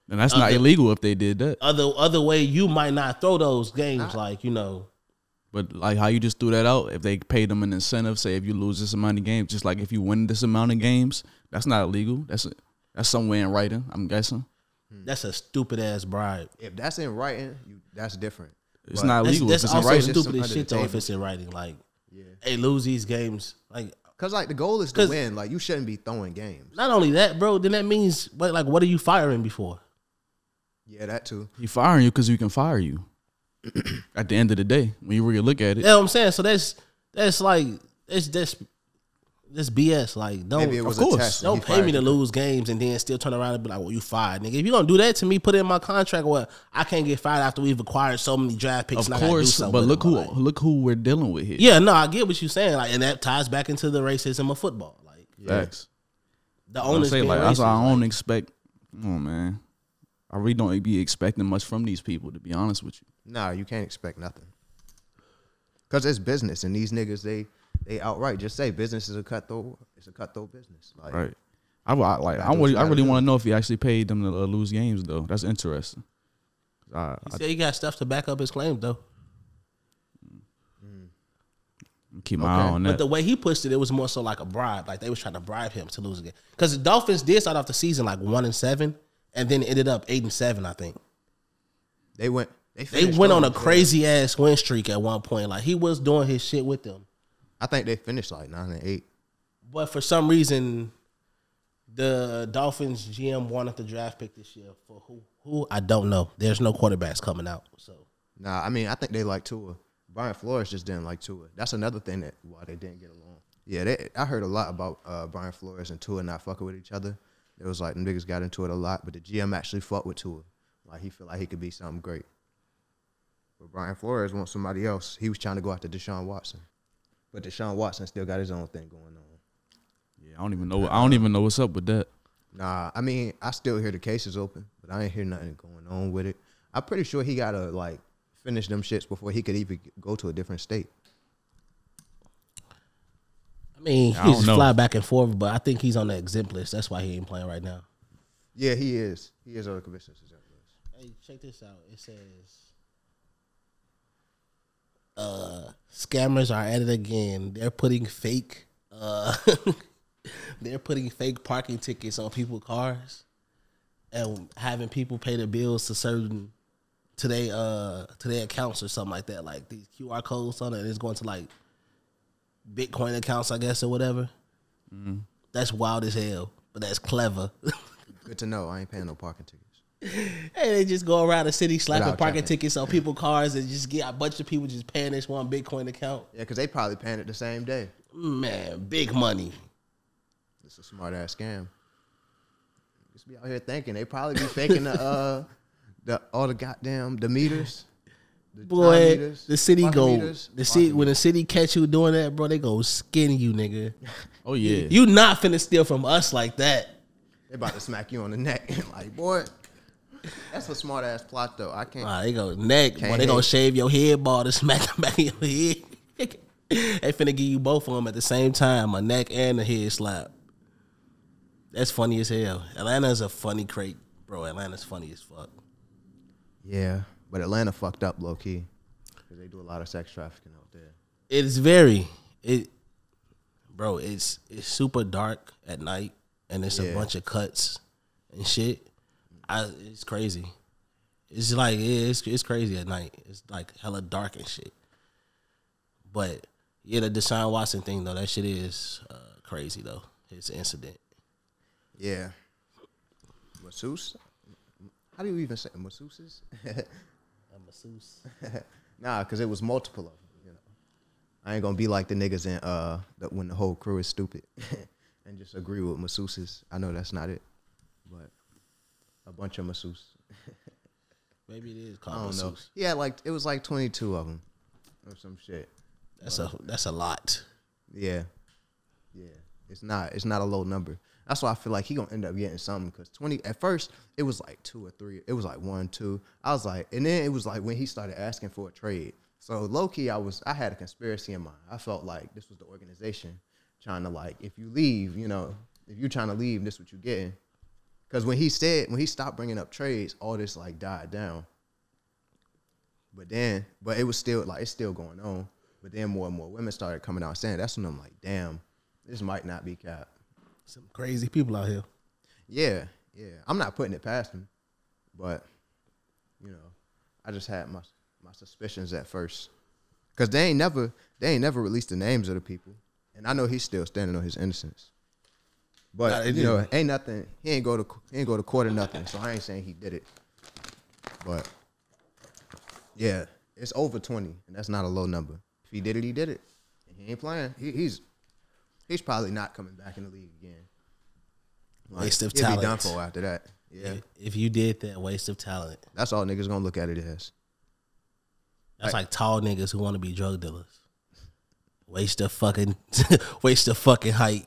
C: And
B: Uh,
C: that's not illegal if they did that.
A: Other other way, you might not throw those games, like you know.
C: But like how you just threw that out, if they paid them an incentive, say if you lose this amount of games, just like if you win this amount of games, that's not illegal. That's that's somewhere in writing, I'm guessing.
A: That's a stupid ass bribe.
B: If that's in writing, you that's different.
C: It's
B: But
C: not
A: That's,
C: illegal.
A: that's
C: if it's in
A: also
C: writing.
B: just
A: stupid
B: some
A: as
B: under
A: shit
B: the
A: though. If
B: table.
A: it's in writing, like,
B: Yeah.
A: hey, lose these games. Like,
B: Cause like the goal is to
A: 'Cause-
B: win. Like you shouldn't be throwing games.
A: not only that, bro. Then that means, what, like, what are you firing before?
B: Yeah, that too.
C: He firing you because you can fire you. at the end of the day, when you really look at it,
A: You know what I'm saying? So that's that's like that's that's that's BS. Like don't
B: Maybe it was
C: Oh, course.
B: a test. and
A: don't
B: he
A: pay
B: fired
A: me to
B: you.
A: lose games and then still turn around and be like, "Well, you fired, nigga." If you gonna do that to me, put it in my contract. Well, I can't get fired after we've acquired so many draft picks.
C: of
A: and I gotta do
C: course.
A: something
C: But
A: with
C: look
A: it in
C: who
A: my life.
C: look who we're dealing with here.
A: Yeah, no, I get what you're saying. Like, and that ties back into the racism of football. Like
C: Facts.
A: the
C: I'm
A: onus
C: saying
A: being
C: like that's
A: racist.
C: why I don't expect. Come on, man. I really don't be expecting much from these people, to be honest with you.
B: Nah, you can't expect nothing. Cause it's business, and these niggas they they outright just say business is a cutthroat. It's a cutthroat business. Like,
C: Right. I, wa- I like. I,
B: That's what
C: would-
B: you
C: I
B: gotta
C: really
B: do.
C: want to know if he actually paid them to uh, lose games, though. That's interesting. I,
A: He said he got stuff to back up his claim though.
C: I keep my eye
B: Okay.
C: on
A: But
C: that.
A: the way he pushed it, it was more so like a bribe. Like they was trying to bribe him to lose again. Because the Dolphins did start off the season like one and seven, and then ended up eight and seven. I think
B: They went. They,
A: they
B: finished
A: went on a
B: strong.
A: crazy ass win streak at one point. Like he was doing his shit with them,
B: I think they finished like nine and eight.
A: but for some reason, the Dolphins GM wanted the draft pick this year for who? Who I don't know. There's no quarterbacks coming out, so
B: Nah, I mean I think they like Tua. Brian Flores just didn't like Tua. That's another thing that why they didn't get along. Yeah, they, I heard a lot about uh, Brian Flores and Tua not fucking with each other. It was like niggas got into it a lot, but the GM actually fought with Tua. Like he feel like he could be something great. But Brian Flores wants somebody else. He was trying to go after Deshaun Watson, but Deshaun Watson still got his own thing going on.
C: yeah, I don't even know. I don't even know what's up with that.
B: Nah, I mean, I still hear the cases open, but I ain't hear nothing going on with it. I'm pretty sure he gotta like finish them shits before he could even go to a different state.
A: I mean
C: I
A: he just
C: don't know.
A: fly back and forth. But I think he's on the exempt list. That's why he ain't playing right now.
B: Yeah, he is. He is on the commissioner's exempt list.
A: Hey, check this out. It says, uh, scammers are at it again. They're putting fake, uh, they're putting fake parking tickets on people's cars and having people pay the bills to certain to their uh to their accounts or something like that. Like these QR codes on it, and it's going to like Bitcoin accounts, I guess, or whatever. That's wild as hell, but that's clever.
B: Good to know. I ain't paying no parking tickets.
A: Hey, they just go around the city slapping
B: Without
A: parking
B: traffic.
A: tickets on people's cars and just get a bunch of people just paying this one Bitcoin account.
B: Yeah, because they probably paying it the same day.
A: Man, big money.
B: It's a smart ass scam. Just be out here thinking they probably be faking the uh the all the goddamn the meters. The time
A: Boy,
B: meters,
A: the city
B: parking
A: go
B: meters,
A: the
B: parking
A: city when the city catch you doing that, bro, they go skin you, nigga.
C: Oh yeah,
A: You not finna steal from us like that.
B: They about to smack you on the neck. like, boy, that's a smart ass plot though. I can't.
A: Nah, they go neck, boy.
B: Can't
A: They gonna
B: hit.
A: shave your head ball to smack the back of your head. they finna give you both of them at the same time, a neck and a head slap. That's funny as hell. Atlanta's a funny crate, bro. Atlanta's funny as fuck.
B: Yeah, but Atlanta fucked up low key because they do a lot of sex trafficking out there.
A: it's very it bro it's it's super dark at night and it's a
B: Yeah.
A: bunch of cuts and shit i it's crazy it's like yeah, it's it's crazy at night it's like hella dark and shit but yeah the Deshaun Watson thing though that shit is uh, crazy though his incident
B: Yeah, masseuse. How do you even say masseuses?
A: a masseuse
B: nah, because it was multiple of them. You know, I ain't gonna be like the niggas in uh the, when the whole crew is stupid and just agree with masseuses. I know that's not it, but a bunch of masseuse.
A: maybe it is
B: I
A: called
B: don't know.
A: masseuse
B: Yeah, like it was like twenty two of them or some shit.
A: that's a that's a lot
B: Yeah, yeah. It's not. It's not a low number. That's why I feel like he gonna end up getting something because twenty. At first, it was like two or three. It was like one, two. I was like, and then it was like when he started asking for a trade. So low key, I was. I had a conspiracy in mind. I felt like this was the organization trying to like, if you leave, you know, if you're trying to leave, this what you getting. Because when he said when he stopped bringing up trades, all this like died down. But then, but it was still like it's still going on. But then more and more women started coming out saying that's when I'm like, damn, this might not be cap.
A: some crazy people out here
B: Yeah, yeah. I'm not putting it past him, but you know, I just had my my suspicions at first because they ain't never they ain't never released the names of the people, and I know he's still standing on his innocence.
A: Nah,
B: But
A: they
B: you
A: didn't.
B: know, ain't nothing. He ain't go to he ain't go to court or nothing. So I ain't saying he did it. But yeah, it's over twenty, and that's not a low number. If he did it, he did it. And he ain't playing. He, he's he's probably not coming back in the league again.
A: Waste of
B: he'll be done
A: talent.
B: for after that. Yeah,
A: If- If you did that, waste of talent.
B: that's all niggas gonna look at it as.
A: That's like tall niggas who want to be drug dealers. Waste of fucking, waste of fucking height.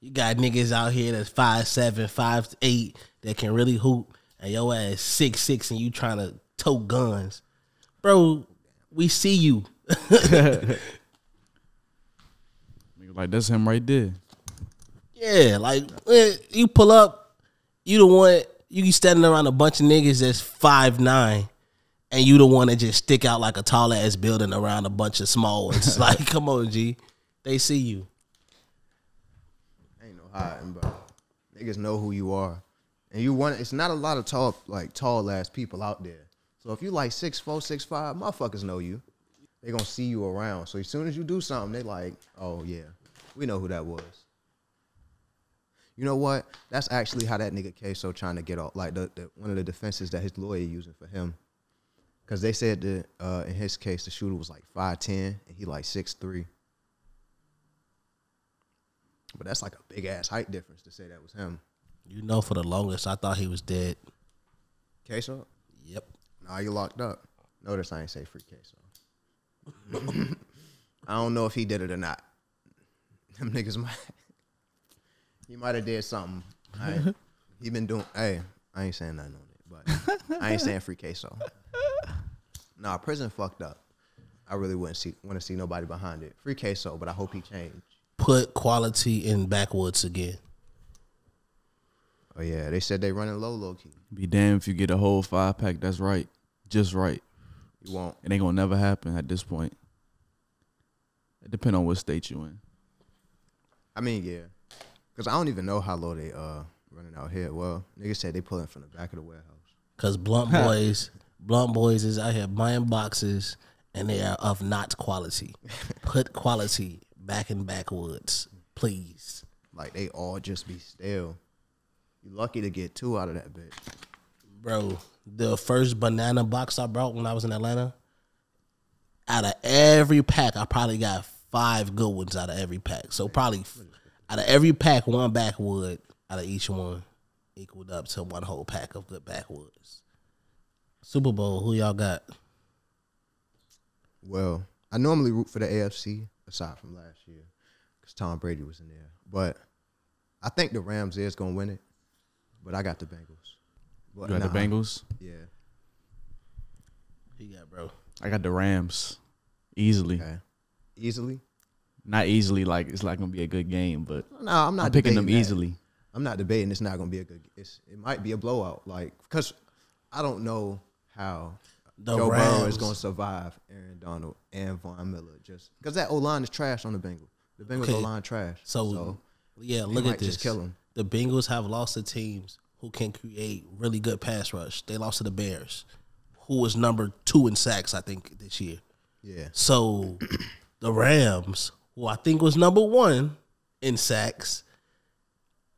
A: You got niggas out here that's five seven, five eight that can really hoop, and your ass six six, and you trying to tote guns, bro. We see you.
C: Nigga, Like that's him right there.
A: Yeah, like eh, you pull up, you the one you be standing around a bunch of niggas that's five nine, and you the one that just stick out like a tall ass building around a bunch of small ones. like, come on, G, they see you.
B: Ain't no hiding, bro. Niggas know who you are, and you want. It's not a lot of tall, like tall ass people out there. So if you like six four, six five, motherfuckers know you. They gonna see you around. So as soon as you do something, they like, oh yeah, we know who that was. You know what? That's actually how that nigga Queso trying to get off. Like the, the one of the defenses that his lawyer using for him, because they said that uh, in his case the shooter was like five ten and he like six three. But that's like a big ass height difference to say that was him.
A: You know, for the longest, I thought he was dead.
B: Queso?
A: Yep.
B: Nah, you locked up. Notice I ain't say free Queso. I don't know if he did it or not. Them niggas might. He might have did something. I ain't- he been doing. Hey, I ain't saying nothing on it, but I ain't saying free Queso. Nah, prison fucked up. I really wouldn't see want to see nobody behind it. Free Queso, but I hope he changed.
A: Put quality in backwoods again.
B: Oh yeah, they said they running low, low key.
C: Be damned if you get a whole five pack. That's right, just right.
B: You won't.
C: It ain't gonna never happen at this point. It depend on what state you in.
B: I mean, yeah, because I don't even know how low they uh running out here. Well, niggas said they pulling from the back of the warehouse.
A: Cause blunt boys, blunt boys is out here buying boxes, and they are of not quality. Put quality back in backwoods, please.
B: Like they all just be still. You lucky to get two out of that bitch.
A: bro. The first banana box I brought when I was in Atlanta, out of every pack, I probably got five good ones out of every pack. So probably f- out of every pack, one backwood out of each one equaled up to one whole pack of good backwoods. Super Bowl, who y'all got?
B: Well, I normally root for the AFC aside from last year because Tom Brady was in there. But I think the Rams is gonna win it. But I got the Bengals. But
C: You
B: nah,
C: got the Bengals.
B: Yeah.
A: Who you got, bro?
C: I got the Rams. Easily,
B: Okay. Easily.
C: not easily. Like it's not gonna be a good game, but
B: No, I'm not
C: I'm
B: debating
C: picking them
B: that.
C: easily.
B: I'm not debating. It's not going to be a good. It's, it might be a blowout, like because I don't know how
A: The
B: Joe Burrow
A: Rams.
B: is going to survive Aaron Donald and Von Miller, just because that O line is trash on the Bengals. The Bengals
A: Okay.
B: O line trash.
A: So, yeah, look
B: might
A: at this.
B: just kill 'em.
A: The Bengals have lost to teams who can create really good pass rush. They lost to the Bears, who was number two in sacks, I think, this year.
B: yeah,
A: So the Rams, who I think was number one in sacks.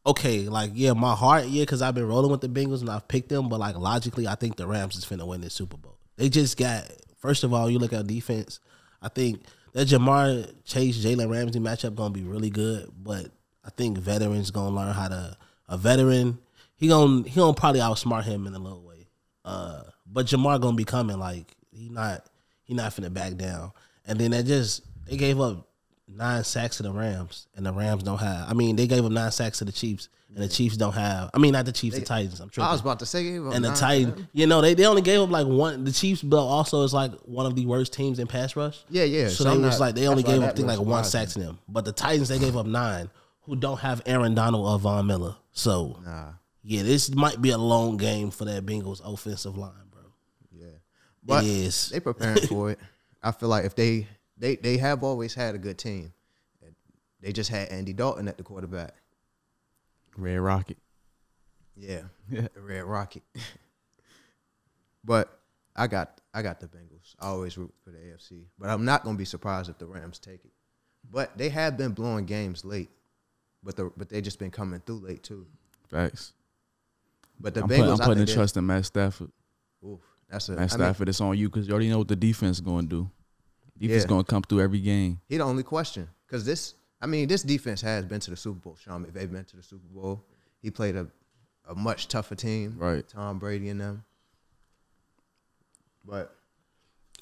A: Okay, like yeah, my heart, yeah, because I've been rolling with the Bengals and I've picked them, but like logically, I think the Rams is finna win this Super Bowl. They just got first of all, you look at defense. I think that Jamar Chase Jalen Ramsey matchup gonna be really good, but I think veterans gonna learn how to a veteran he gonna he gonna probably outsmart him in a little way. Uh, but Jamar gonna be coming. Like he not he not finna back down. And then that just they gave up nine sacks to the Rams, and the Rams don't have. I mean, they gave up nine sacks to the Chiefs, and the Chiefs don't have. I mean, not the Chiefs, the Titans. I'm
B: I
A: tripping.
B: was about to say,
A: and the Titans, you know, they, they only gave up like one. The Chiefs, but also is like one of the worst teams in pass rush.
B: Yeah, yeah.
A: So,
B: So
A: they
B: I'm
A: was
B: not-
A: like they only
B: that's why
A: gave up I
B: that
A: think
B: was
A: like one
B: surprising.
A: sack to them. But the Titans they gave up nine, who don't have Aaron Donald or Von Miller. So
B: Nah,
A: yeah, this might be a long game for that Bengals offensive line, bro.
B: yeah, but
A: it is.
B: they preparing for it. I feel like if they they they have always had a good team, they just had Andy Dalton at the quarterback.
C: Red Rocket.
B: Yeah,
C: Yeah.
B: the Red Rocket. but I got I got the Bengals. I always root for the AFC, but I'm not gonna be surprised if the Rams take it. But they have been blowing games late, but the but they just been coming through late too.
C: Facts.
B: But the Bengals,
C: I'm, putting- I'm
B: I
C: putting the
B: think they-
C: trust in Matt Stafford.
B: Oof, that's a. I
C: Matt
B: mean,
C: Stafford, it's on you because you already know what the defense is going to do. Defense
B: Yeah.
C: going to come through every game.
B: He the only question because this, I mean, this defense has been to the Super Bowl. Sean, if they've been to the Super Bowl, he played a, a much tougher team.
C: Right.
B: Tom Brady and them. But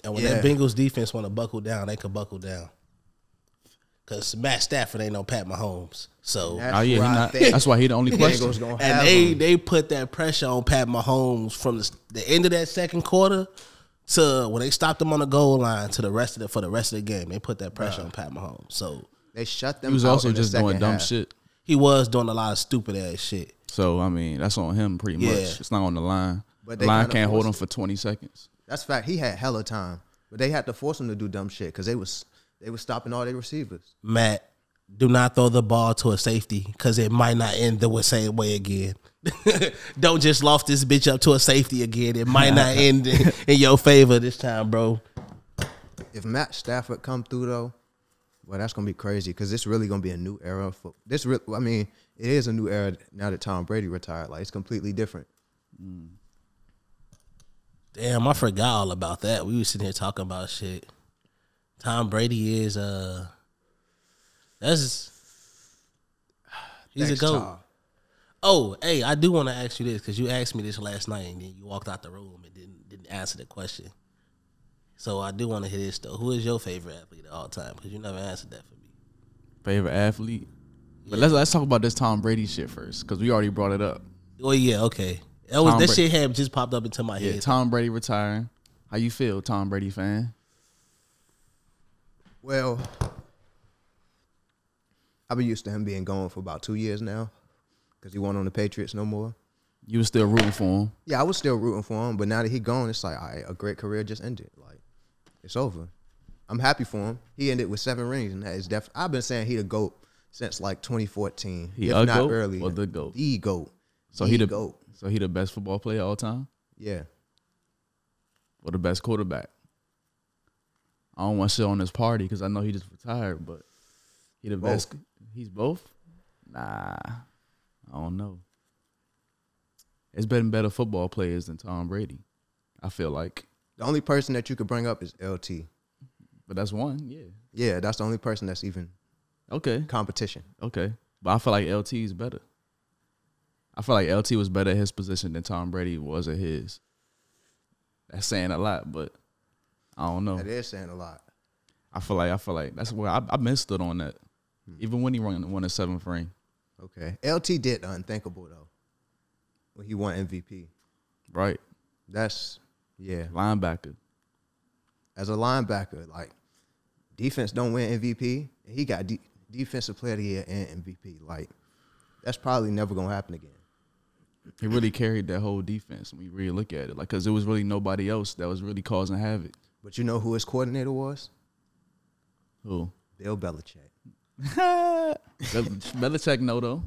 A: And when that
B: Yeah.
A: Bengals defense want to buckle down, they can buckle down. Cause Matt Stafford ain't no Pat Mahomes, so
B: That's
C: Oh yeah, he
B: where I
C: not,
B: think
C: that's why he the only question.
B: Bengals gonna have
A: and they
B: him.
A: they put that pressure on Pat Mahomes from the, the end of that second quarter to when they stopped him on the goal line to the rest of the for the rest of the game. They put that pressure on Pat Mahomes, so
B: They shut them.
C: He was
B: out
C: also
B: in the
C: just doing
B: second
C: dumb
B: half.
C: shit.
A: he was doing a lot of stupid ass shit.
C: So I mean, that's on him pretty
A: Yeah.
C: much. It's not on the line.
B: But
C: the
B: they
C: line
B: kinda
C: can't hold
B: forced
C: him for twenty seconds.
B: That's fact. He had hella time, but they had to force him to do dumb shit because they was they was stopping all their receivers.
A: Matt, do not throw the ball to a safety because it might not end the same way again. Don't just loft this bitch up to a safety again. It might not end in, in your favor this time, bro.
B: If Matt Stafford come through though, well, that's gonna be crazy because it's really gonna be a new era for this. Re- I mean, it is a new era now that Tom Brady retired. Like it's completely different.
A: Damn, I forgot all about that. We was sitting here talking about shit. Tom Brady is uh that's he's
B: Thanks,
A: a goat.
B: Tom.
A: Oh, hey, I do want to ask you this because you asked me this last night and then you walked out the room and didn't didn't answer the question. So I do want to hear this though. Who is your favorite athlete of all time? Because you never answered that for me.
C: Favorite athlete. But let's let's talk about this Tom Brady shit first because we already brought it up.
A: Oh yeah, okay. That was
C: Tom
A: that
C: Brady.
A: shit had just popped up into my
C: Yeah,
A: head.
C: Tom Brady retiring. How you feel, Tom Brady fan?
B: Well, I've been used to him being gone for about two years now because he wasn't on the Patriots no more.
C: You was still rooting for him.
B: Yeah, I was still rooting for him, but now that he gone, it's like all right, a great career just ended. Like it's over. I'm happy for him. He ended with seven rings, and that is def. I've been saying he the goat since like 2014,
C: He
B: if
C: a
B: not
C: goat
B: earlier.
C: or the goat?
B: The goat.
C: So
B: the
C: he the
B: goat.
C: so he the best football player of all time
B: Yeah,
C: or the best quarterback. I don't want to sit on this party because I know he just retired, but he the
B: Both.
C: best. He's both. Nah, I don't know. It's been better football players than Tom Brady. I feel like,
B: the only person that you could bring up is LT.
C: but that's one. Yeah.
B: Yeah, that's the only person that's even
C: Okay.
B: competition.
C: Okay. But I feel like LT is better. I feel like LT was better at his position than Tom Brady was at his. That's saying a lot, but I don't know.
B: That is saying a lot.
C: I feel like I feel like that's where I, I been stood on that. Even when he won, won a seventh ring,
B: Okay, LT did the unthinkable though when he won MVP.
C: right?
B: That's yeah.
C: Linebacker,
B: as a linebacker, like defense don't win MVP. and He got de- defensive player of the year and MVP. Like that's probably never gonna happen again.
C: he really carried that whole defense when you really look at it, like because there was really nobody else that was really causing havoc.
B: But you know who his coordinator was?
C: Who?
B: Bill Belichick.
C: Bel- Belichick, no though.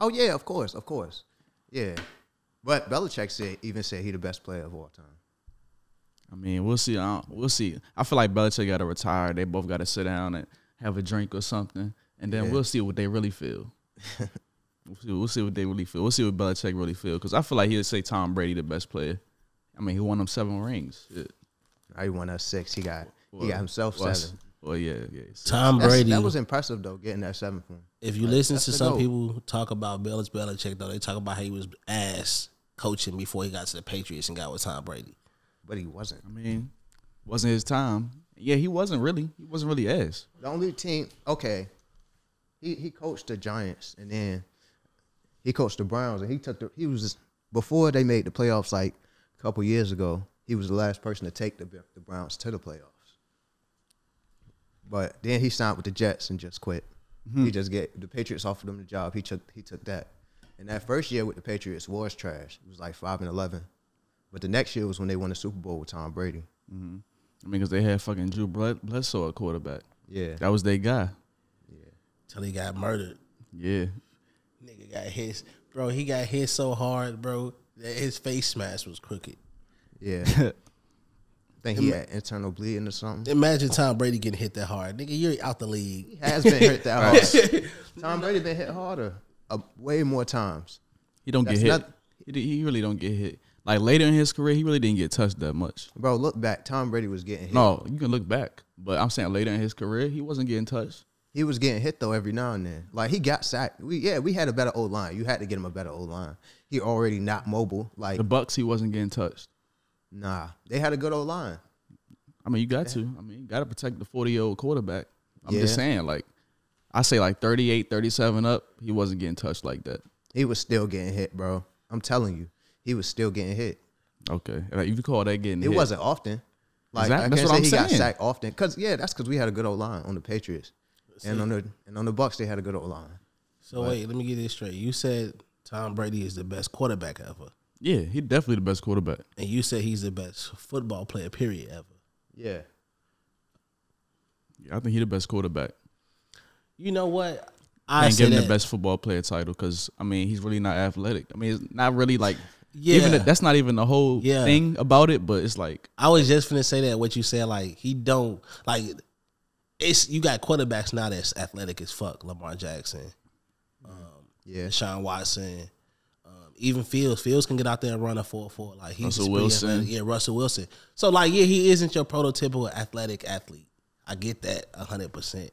B: Oh yeah, of course, of course, yeah. But Belichick said even said he the best player of all time.
C: I mean, we'll see. I don't- we'll see. I feel like Belichick got to retire. They both got to sit down and have a drink or something, and then
B: Yeah.
C: we'll see what they really feel. we'll, see, we'll see what they really feel. We'll see what Belichick really feel because I feel like he'd say Tom Brady the best player. I mean, he won him seven rings. Shit.
B: Now he won us six. He got he got himself
C: Well,
B: seven.
C: Well, yeah, yeah. So
A: Tom
B: That's-
A: Brady.
B: That was impressive though, getting that seventh one.
A: if you listen
B: that's
A: to
B: the
A: some
B: goat.
A: people talk about Bill Belichick, though, they talk about how he was ass coaching before he got to the Patriots and got with Tom Brady.
B: But he wasn't.
C: I mean, wasn't his time. Yeah, he wasn't really. He wasn't really ass.
B: The only team, okay, he he coached the Giants and then he coached the Browns and he took the he was before they made the playoffs like a couple years ago. He was the last person to take the the Browns to the playoffs. But then he signed with the Jets and just quit. He just get the Patriots offered him the job. He took he took that. And that first year with the Patriots was trash. It was like five and eleven. But the next year was when they won the Super Bowl with Tom Brady.
C: I mean, because they had fucking Drew Bled- Bledsoe at quarterback.
B: Yeah.
C: That was their guy.
A: Till he got murdered.
C: Yeah.
A: Nigga got hit. Bro, he got hit so hard, bro, that his face smash was crooked.
B: Yeah. think he had internal bleeding or something.
A: Imagine Tom Brady getting hit that hard. Nigga, you're out the league.
B: has been hit that hard. Tom Brady been hit harder, uh, way more times.
C: He don't
B: That's
C: get hit.
B: not-
C: He, d- he really don't get hit. Like later in his career, he really didn't get touched that much.
B: Bro, look back. Tom Brady was getting hit.
C: No, you can look back, but I'm saying later in his career, he wasn't getting touched.
B: He was getting hit though every now and then. Like he got sacked. We yeah, we had a better O line. You had to get him a better O line. He already not mobile. Like
C: The Bucks, he wasn't getting touched.
B: nah, they had a good O line.
C: I mean, you got to. I mean, you got to protect the 40 year old quarterback. I'm
B: Yeah.
C: just saying, like, I say like 38, 37 up, he wasn't getting touched like that.
B: He was still getting hit, bro. I'm telling you, he was still getting hit.
C: Okay, like if you call that getting,
B: It
C: hit,
B: wasn't often. Like
C: Exact-
B: I
C: that's
B: can't
C: what
B: say
C: I'm
B: he got
C: saying.
B: sacked often. Cause yeah, that's because we had a good O line on the Patriots, and on the and on the Bucks they had a good O line.
A: So wait, let me get this straight. You said Tom Brady is the best quarterback ever,
C: Yeah, he definitely the best quarterback.
A: and you said he's the best football player period ever.
B: Yeah,
C: Yeah, I think he the best quarterback.
A: You know what?
C: I
A: I
C: and
A: say
C: give him
A: that.
C: the best football player title because I mean he's really not athletic. I mean it's not really like
A: Yeah.
C: even if- that's not even the whole
A: Yeah.
C: thing about it, but it's like
A: I was just finna say that what you said, like he don't like it's you got quarterbacks now that's athletic as fuck, Lamar Jackson,
B: yeah.
A: Deshaun Watson, um, even Fields. Fields can get out there and run a four four. Like he's
C: Russell
A: just pretty
C: Wilson.
A: athletic. Yeah, Russell Wilson. So like yeah, he isn't your prototypical athletic athlete. I get that hundred percent.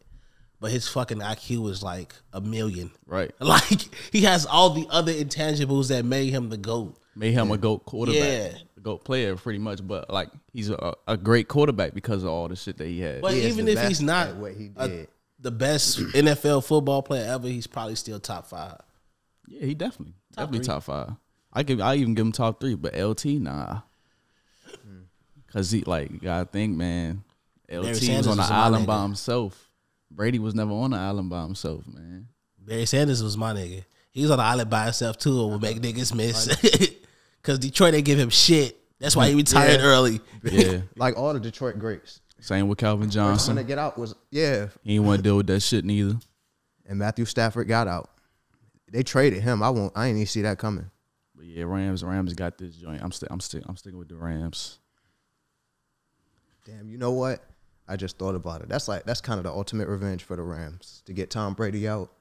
A: But his fucking IQ is like a million.
C: right
A: Like he has all the other intangibles that made him the GOAT.
C: made him a goat quarterback,
A: Yeah.
C: a goat player pretty much. But like he's a, a great quarterback because of all the shit that he had.
A: But
B: He is
A: even
B: the
A: if
B: best
A: he's not
B: at what he
A: a-
B: did.
A: Uh, the best NFL football player ever, he's probably still top five.
C: yeah, he definitely definitely top five. I give I even give him top three, but LT nah, because he like you gotta think man. LT
A: Sanders
C: was on the
A: was my
C: island by
A: nigga.
C: himself. Brady was never on the island by himself, man.
A: Barry Sanders was my nigga. He was on the island by himself too, and would make niggas miss. Cause Detroit didn't give him shit. That's why he retired early.
C: Yeah,
B: Like all the Detroit greats.
C: same with Calvin
B: When
C: Johnson.
B: they get out was yeah,
C: He ain't want to deal with that shit neither.
B: and Matthew Stafford got out. They traded him. I won't. I didn't even see that coming.
C: But yeah, Rams, Rams got this joint. I'm still, I'm still, I'm sticking with the Rams.
B: Damn. You know what? I just thought about it. That's like that's kind of the ultimate revenge for the Rams to get Tom Brady out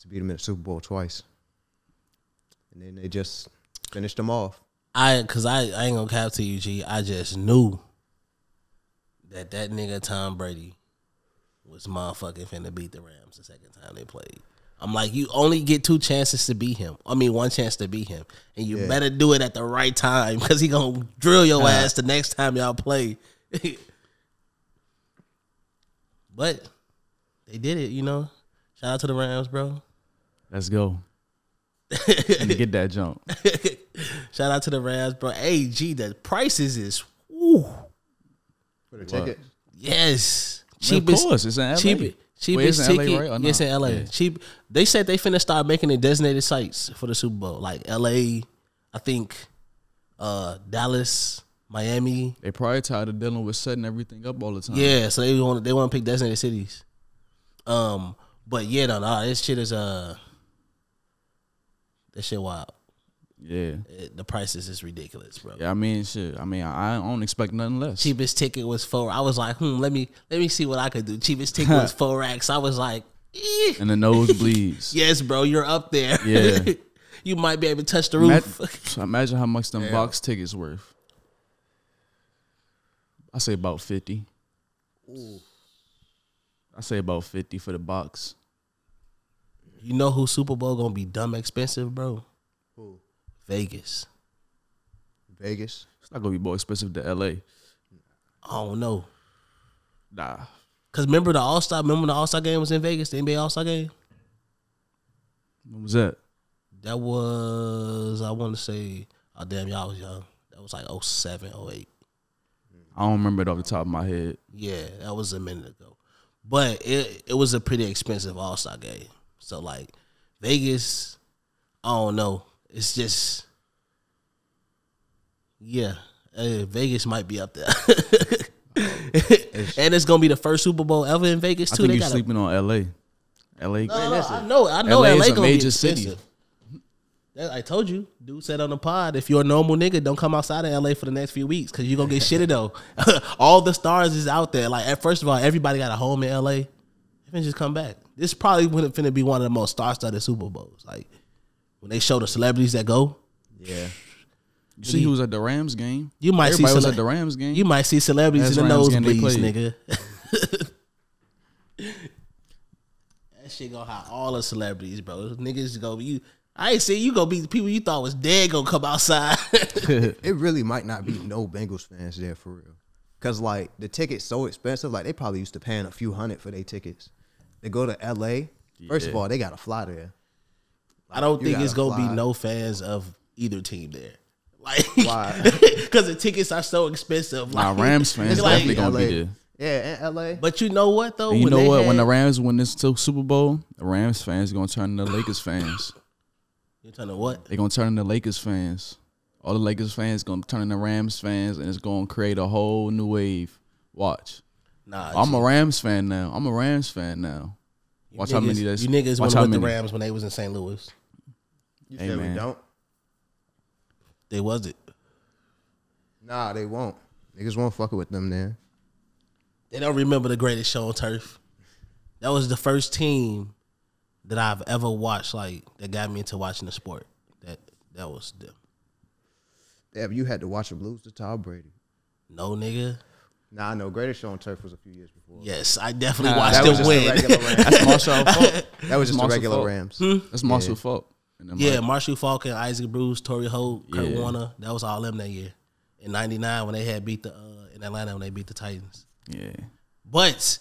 B: to beat him in the Super Bowl twice, and then they just finished him off.
A: I, cause I, I ain't gonna cap to you, G. I just knew that that nigga Tom Brady was motherfucking finna beat the Rams the second time they played. I'm like, you only get two chances to beat him. I mean, one chance to beat him, and you better do it at the right time, cause he gonna drill your ass the next time y'all play. but they did it, you know. Shout out to the Rams, bro.
C: Let's go. and get that jump.
A: Shout out to the Rams, bro. Hey, G, the prices is woo.
B: For the ticket.
A: Yes,
C: of course, it's in LA.
A: cheap-
C: Wait,
A: cheapest
C: it's in LA,
A: ticket.
C: right, or
A: Yes,
C: not?
A: in LA.
C: Yeah.
A: Cheap. They said they finna start making it designated sites for the Super Bowl, like LA, I think, uh, Dallas, Miami.
C: They probably tired of dealing with setting everything up all the time.
A: Yeah, so they want they want to pick designated cities. Um, but yeah, no, no, this shit is uh, this shit wild.
C: yeah,
A: It, the prices is ridiculous, bro.
C: yeah. I mean, shit. I mean, I, I don't expect nothing less.
A: cheapest ticket was four. I was like, hmm, let me let me see what I could do. Cheapest ticket was four racks. I was like, eh,
C: And the nosebleeds.
A: yes, bro, you're up there.
C: Yeah.
A: you might be able to touch the
C: Ima-
A: roof.
C: imagine how much them box tickets worth. I say about fifty. I say about fifty for the box.
A: you know who Super Bowl gonna be dumb expensive, bro?
B: Who?
A: Vegas.
B: Vegas.
C: It's not gonna be more expensive than LA.
A: I don't know.
C: Nah,
A: Cause remember the All Star. Remember the All Star game was in Vegas. The NBA All Star game.
C: what was that?
A: That was I want to say. Oh damn, y'all was young. That was like 07, 08.
C: I don't remember it off the top of my head.
A: Yeah, that was a minute ago. But it it was a pretty expensive All Star game. So like Vegas, I don't know. It's just yeah, uh, Vegas might be up there. and it's gonna be the first Super Bowl ever in Vegas
C: I
A: too.
C: think
A: They
C: you're
A: got
C: sleeping on LA. LA.
A: no, no, I know, I know.
C: LA
A: LA,
C: is a
A: gonna be
C: major city.
A: expensive. That, I told you, dude said on the pod, if you're a normal nigga, don't come outside of LA for the next few weeks because you're gonna get shitted though. All the stars is out there. Like, at first of all, everybody got a home in LA. Even just come back. This probably wouldn't finna be one of the most star-studded Super Bowls. Like, when they show the celebrities that go,
B: Yeah.
C: You see, he was at the Rams game.
A: You might see
C: Everybody was
A: cele-
C: at the Rams game.
A: You might see celebrities
C: That's
A: in the
C: Rams game they
A: nosebleeds,
C: played.
A: nigga. that shit gonna hide all the celebrities, bro. Niggas go you. I ain't see you go be the people you thought was dead gonna come outside.
B: It really might not be no Bengals fans there for real. Cause like the tickets so expensive, like they probably used to paying a few hundred for their tickets. They go to LA. First of
C: Yeah.
B: all, they gotta fly there.
A: I don't
B: You
A: think it's
B: gotta
A: gonna
B: fly.
A: be no fans of either team there. Like,
B: Why?
A: because the tickets are so expensive.
C: Nah,
A: Like,
C: Rams fans
A: it's like-
C: definitely gonna be there.
B: Yeah, in LA.
A: But you know what though?
C: And you know
A: they
C: what? when
A: had-
C: the Rams win this t- Super Bowl, the Rams fans gonna turn into Lakers fans.
A: you telling what?
C: They gonna turn into Lakers fans. All the Lakers fans gonna turn into Rams fans, and it's gonna create a whole new wave. Watch.
A: Nah,
C: I'm a Rams fan now. I'm a Rams fan now. Watch
A: niggas,
C: how many that's.
A: you niggas
C: watch
A: went
C: how
A: with the
C: many.
A: Rams when they was in St. Louis.
B: You
C: Hey,
B: said we
C: man.
B: don't?
A: They wasn't.
B: Nah, they won't. Niggas won't fuck with them there.
A: They don't remember the greatest show on turf. That was the first team that I've ever watched. Like that got me into watching the sport. That that was them.
B: Yeah, but you had to watch them lose to Tom Brady.
A: No nigga.
B: Nah, I know. Greatest show on turf was a few years before.
A: Yes, I definitely
C: Nah,
A: watched
C: that
A: them
B: just a
A: win.
B: regular Rams.
C: That's Marshall's fault.
B: That was just a
C: Marshall
B: regular
C: Faulk.
B: Rams.
C: That's Marshall's fault. And them
A: yeah, Marshall Falcon, Isaac Bruce, Torrey Holt, Kurt
C: Yeah.
A: Warner. That was all them that year. In '99 when they had beat the uh, in Atlanta when they beat the Titans.
C: Yeah.
A: But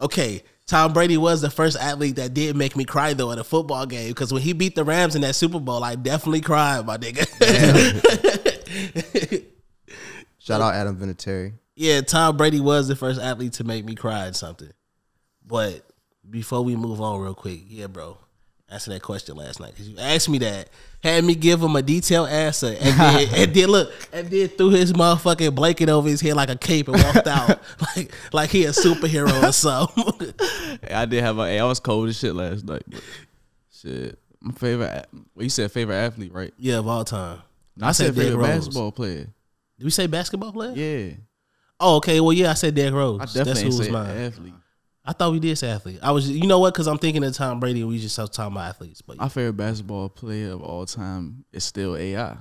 A: okay, Tom Brady was the first athlete that did make me cry though at a football game because when he beat the Rams in that Super Bowl, I definitely cried, my nigga.
B: Shout out Adam Vinatieri.
A: yeah, Tom Brady was the first athlete to make me cry at something. But before we move on, real quick, yeah, bro, answer that question last night because you asked me that, had me give him a detailed answer, and then, and then look, and then threw his motherfucking blanket over his head like a cape and walked out like like he a superhero or something.
C: Hey, I did have a. Hey, I was cold as shit last night. But shit, my favorite. a- Well, you said favorite athlete, right?
A: yeah, of all time.
C: No, I, said
A: said Derrick
C: favorite
A: Rose.
C: basketball player.
A: Did we say basketball player?
C: Yeah,
A: Oh, okay. Well, yeah, I said Derrick Rose.
C: I
A: That's
C: definitely
A: who
C: ain't
A: was
C: said
A: mine.
C: athlete.
A: I thought we did say athlete. I was, you know what? Because I'm thinking of Tom Brady. We just talking about athletes, but
C: My favorite basketball player of all time is still AI.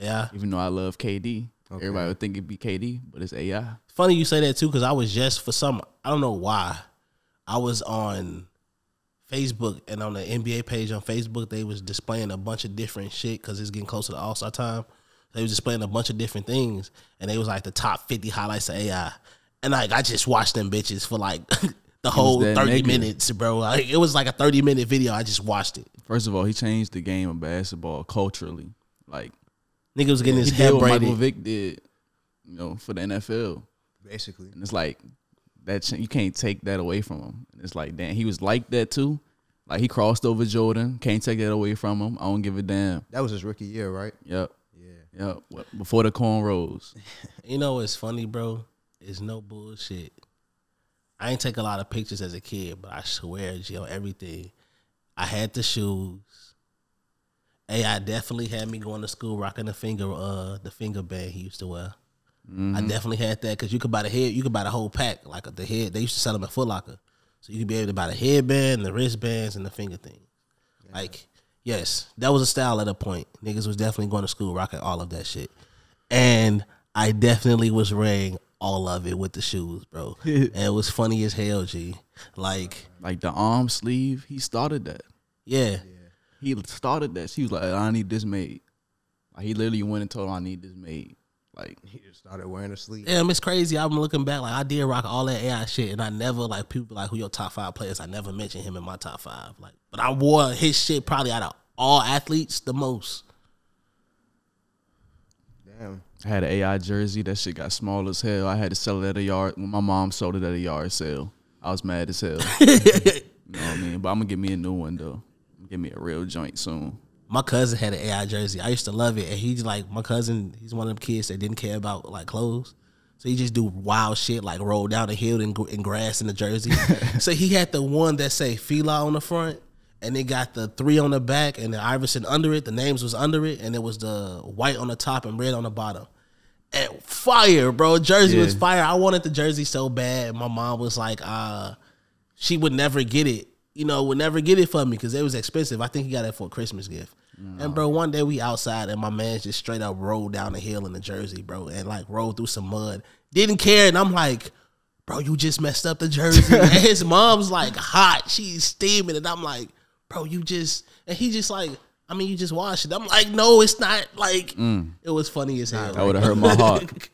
A: yeah.
C: Even though I love KD, everybody would think it'd be KD, but it's AI.
A: Funny you say that too, because I was just for some, I don't know why, I was on Facebook and on the NBA page on Facebook, they was displaying a bunch of different shit because it's getting close to the All Star time. They was displaying a bunch of different things, and they was like the top fifty highlights of AI, and like I just watched them bitches for like the whole
C: that
A: thirty
C: nigga.
A: minutes, bro. Like it was like a thirty minute video. I just watched it.
C: First of all, he changed the game of basketball culturally. Like
A: Nigga was getting
C: he
A: his
C: did
A: head
C: what Michael
A: braided.
C: Vick did, you know, for the NFL.
B: Basically,
C: And it's like that ch- you can't take that away from him. And it's like damn, he was like that too. Like he crossed over Jordan. Can't take that away from him. I don't give a damn.
B: that was his rookie year, right?
C: Yep.
B: Yeah.
C: Yep. What- Before the cornrows.
A: You know what's funny, bro? It's no bullshit. I ain't take a lot of pictures as a kid, but I swear, G, on everything, I had the shoes. AI definitely had me going to school rocking the finger, uh, the finger band he used to wear. I definitely had that because you could buy the head, you could buy the whole pack, like the head. They used to sell them at Foot Locker, so you could be able to buy the headband, the wristbands, and the finger thing. Like, yes, that was a style at a point. Niggas was definitely going to school rocking all of that shit. And I definitely was wearing all of it with the shoes, bro. and it was funny as hell, G. Like,
C: Like the arm sleeve. He started that.
A: yeah.
C: He started that. She was like, I need this made. Like he literally went and told her I need this made. Like
B: He just started wearing a sleeve.
A: Damn, it's crazy. I'm looking back, like, I did rock all that AI shit, and I never, like, people like, who your top five players, I never mentioned him in my top five. Like, but I wore his shit probably out of all athletes the most.
B: Damn.
C: I had an AI jersey. That shit got small as hell. I had to sell it at a yard. When my mom sold it at a yard sale, I was mad as hell. you know what I mean? But I'm gonna get me a new one though. Get me a real joint soon.
A: my cousin had an AI jersey. I used to love it, and he's like my cousin. He's one of them kids that didn't care about like clothes, so he just do wild shit like roll down the hill in, gr- in grass in the jersey. so he had the one that say Fila on the front, and it got the three on the back and the Iverson under it. The names was under it, and it was the white on the top and red on the bottom. And eh, fire, bro. Jersey was
C: Yeah.
A: fire. I wanted the jersey so bad. My mom was like, uh, she would never get it. You know, would never get it for me because it was expensive. I think he got it for a Christmas gift. And bro, one day we outside and my man just straight up rolled down a hill in the Jersey, bro, and like rolled through some mud. Didn't care, and I'm like, bro, you just messed up the Jersey. and his mom's like hot, she's steaming, and I'm like, bro, you just, and he just like, I mean, you just washed it. I'm like, no, it's not. Like, it was funny as hell.
C: That would have hurt my heart.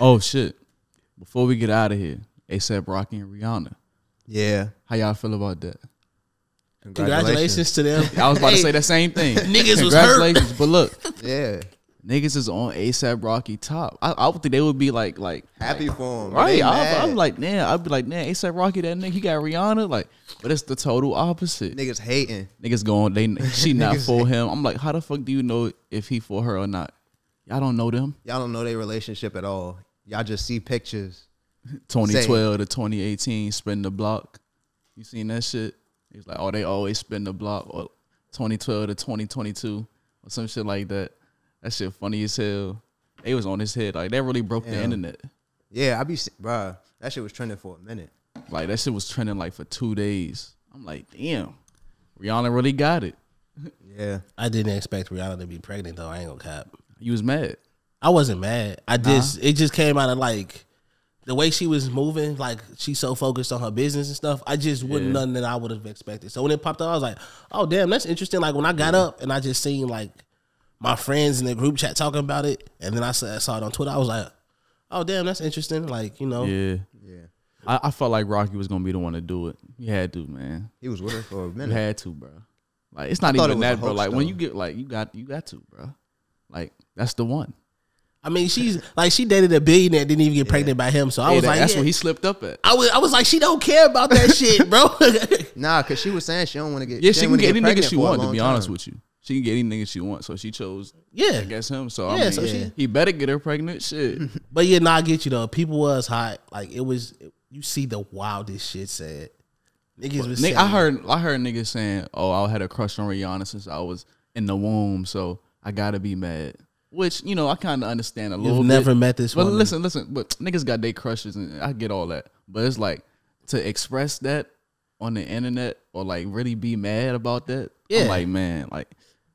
C: Oh shit! Before we get out of here, ASAP Rocky and Rihanna.
B: Yeah.
C: How y'all feel about that?
A: Congratulations to them.
C: I was about to
A: Hey,
C: say the same thing.
A: Niggas was hurt.
C: Congratulations, but look,
B: Yeah.
C: niggas is on ASAP Rocky top. I, I would think they would be like, like
B: Happy for him.
C: Right,
B: They
C: I,
B: mad.
C: I'm like, man, I'd be like, man, ASAP Rocky, that nigga, he got Rihanna, like, but it's the total opposite.
B: niggas hating.
C: Niggas going, they she not for him. I'm like, how the fuck do you know if he for her or not? Y'all don't know them.
B: Y'all don't know their relationship at all. Y'all just see pictures.
C: 2012 to 2018, spin the block. You seen that shit? He's like, oh, they always spin the block, or 2012 to 2022, or some shit like that. That shit funny as hell. They was on his head, like that really broke the
B: Yeah.
C: internet.
B: Yeah, I be se- bruh. That shit was trending for a minute.
C: Like that shit was trending like for two days. I'm like, damn, Rihanna really got it.
B: Yeah.
A: I didn't expect Rihanna to be pregnant though. I ain't gonna cap.
C: You was mad.
A: I wasn't mad. I just it just came out of like the way she was moving, like she's so focused on her business and stuff. I just wouldn't nothing that I would have expected. So when it popped up, I was like, "Oh damn, that's interesting." Like when I got up and I just seen like my friends in the group chat talking about it, and then I saw, I saw it on Twitter. I was like, "Oh damn, that's interesting." Like you know,
C: Yeah,
B: Yeah.
C: I, I felt like Rocky was gonna be the one to do it. You had to, man.
B: He was with her for a
C: You
B: minute.
C: had to, bro. Like it's not
B: Mm-hmm. thought
C: even
B: it was a
C: that, bro.
B: hoax,
C: Like when
B: though.
C: you get like you got you got to, bro. Like that's the one.
A: I mean, she's like she dated a billionaire, didn't even get pregnant by him. So I
C: Yeah,
A: was
C: that-
A: like,
C: that's
A: yeah.
C: what he slipped up at.
A: I was I was like, she don't care about that shit, bro.
B: Nah, cause she was saying she don't want to get.
C: Yeah,
B: didn't
C: she can
B: wanna
C: get any nigga
B: pregnant
C: she
B: for a
C: want. To
B: long
C: be honest
B: time.
C: with you, she can get any nigga she want. So she chose
A: yeah,
C: against him. So I
A: Yeah,
C: mean,
A: so she-
C: he better get her pregnant. Shit.
B: Mm-hmm.
A: But yeah, nah, I get you though. People was hot. Like it was. You see the wildest shit said. Niggas was.
C: Nick,
A: saying-
C: I heard I heard niggas saying, "Oh, I had a crush on Rihanna since I was in the womb, so I gotta be mad." Which you know I kind of understand a
A: you've
C: little.
A: never
C: bit.
A: met this
C: But
A: woman.
C: listen, listen. But niggas got day crushes, and I get all that. But it's like to express that on the internet or like really be mad about that.
A: Yeah.
C: I'm like man, like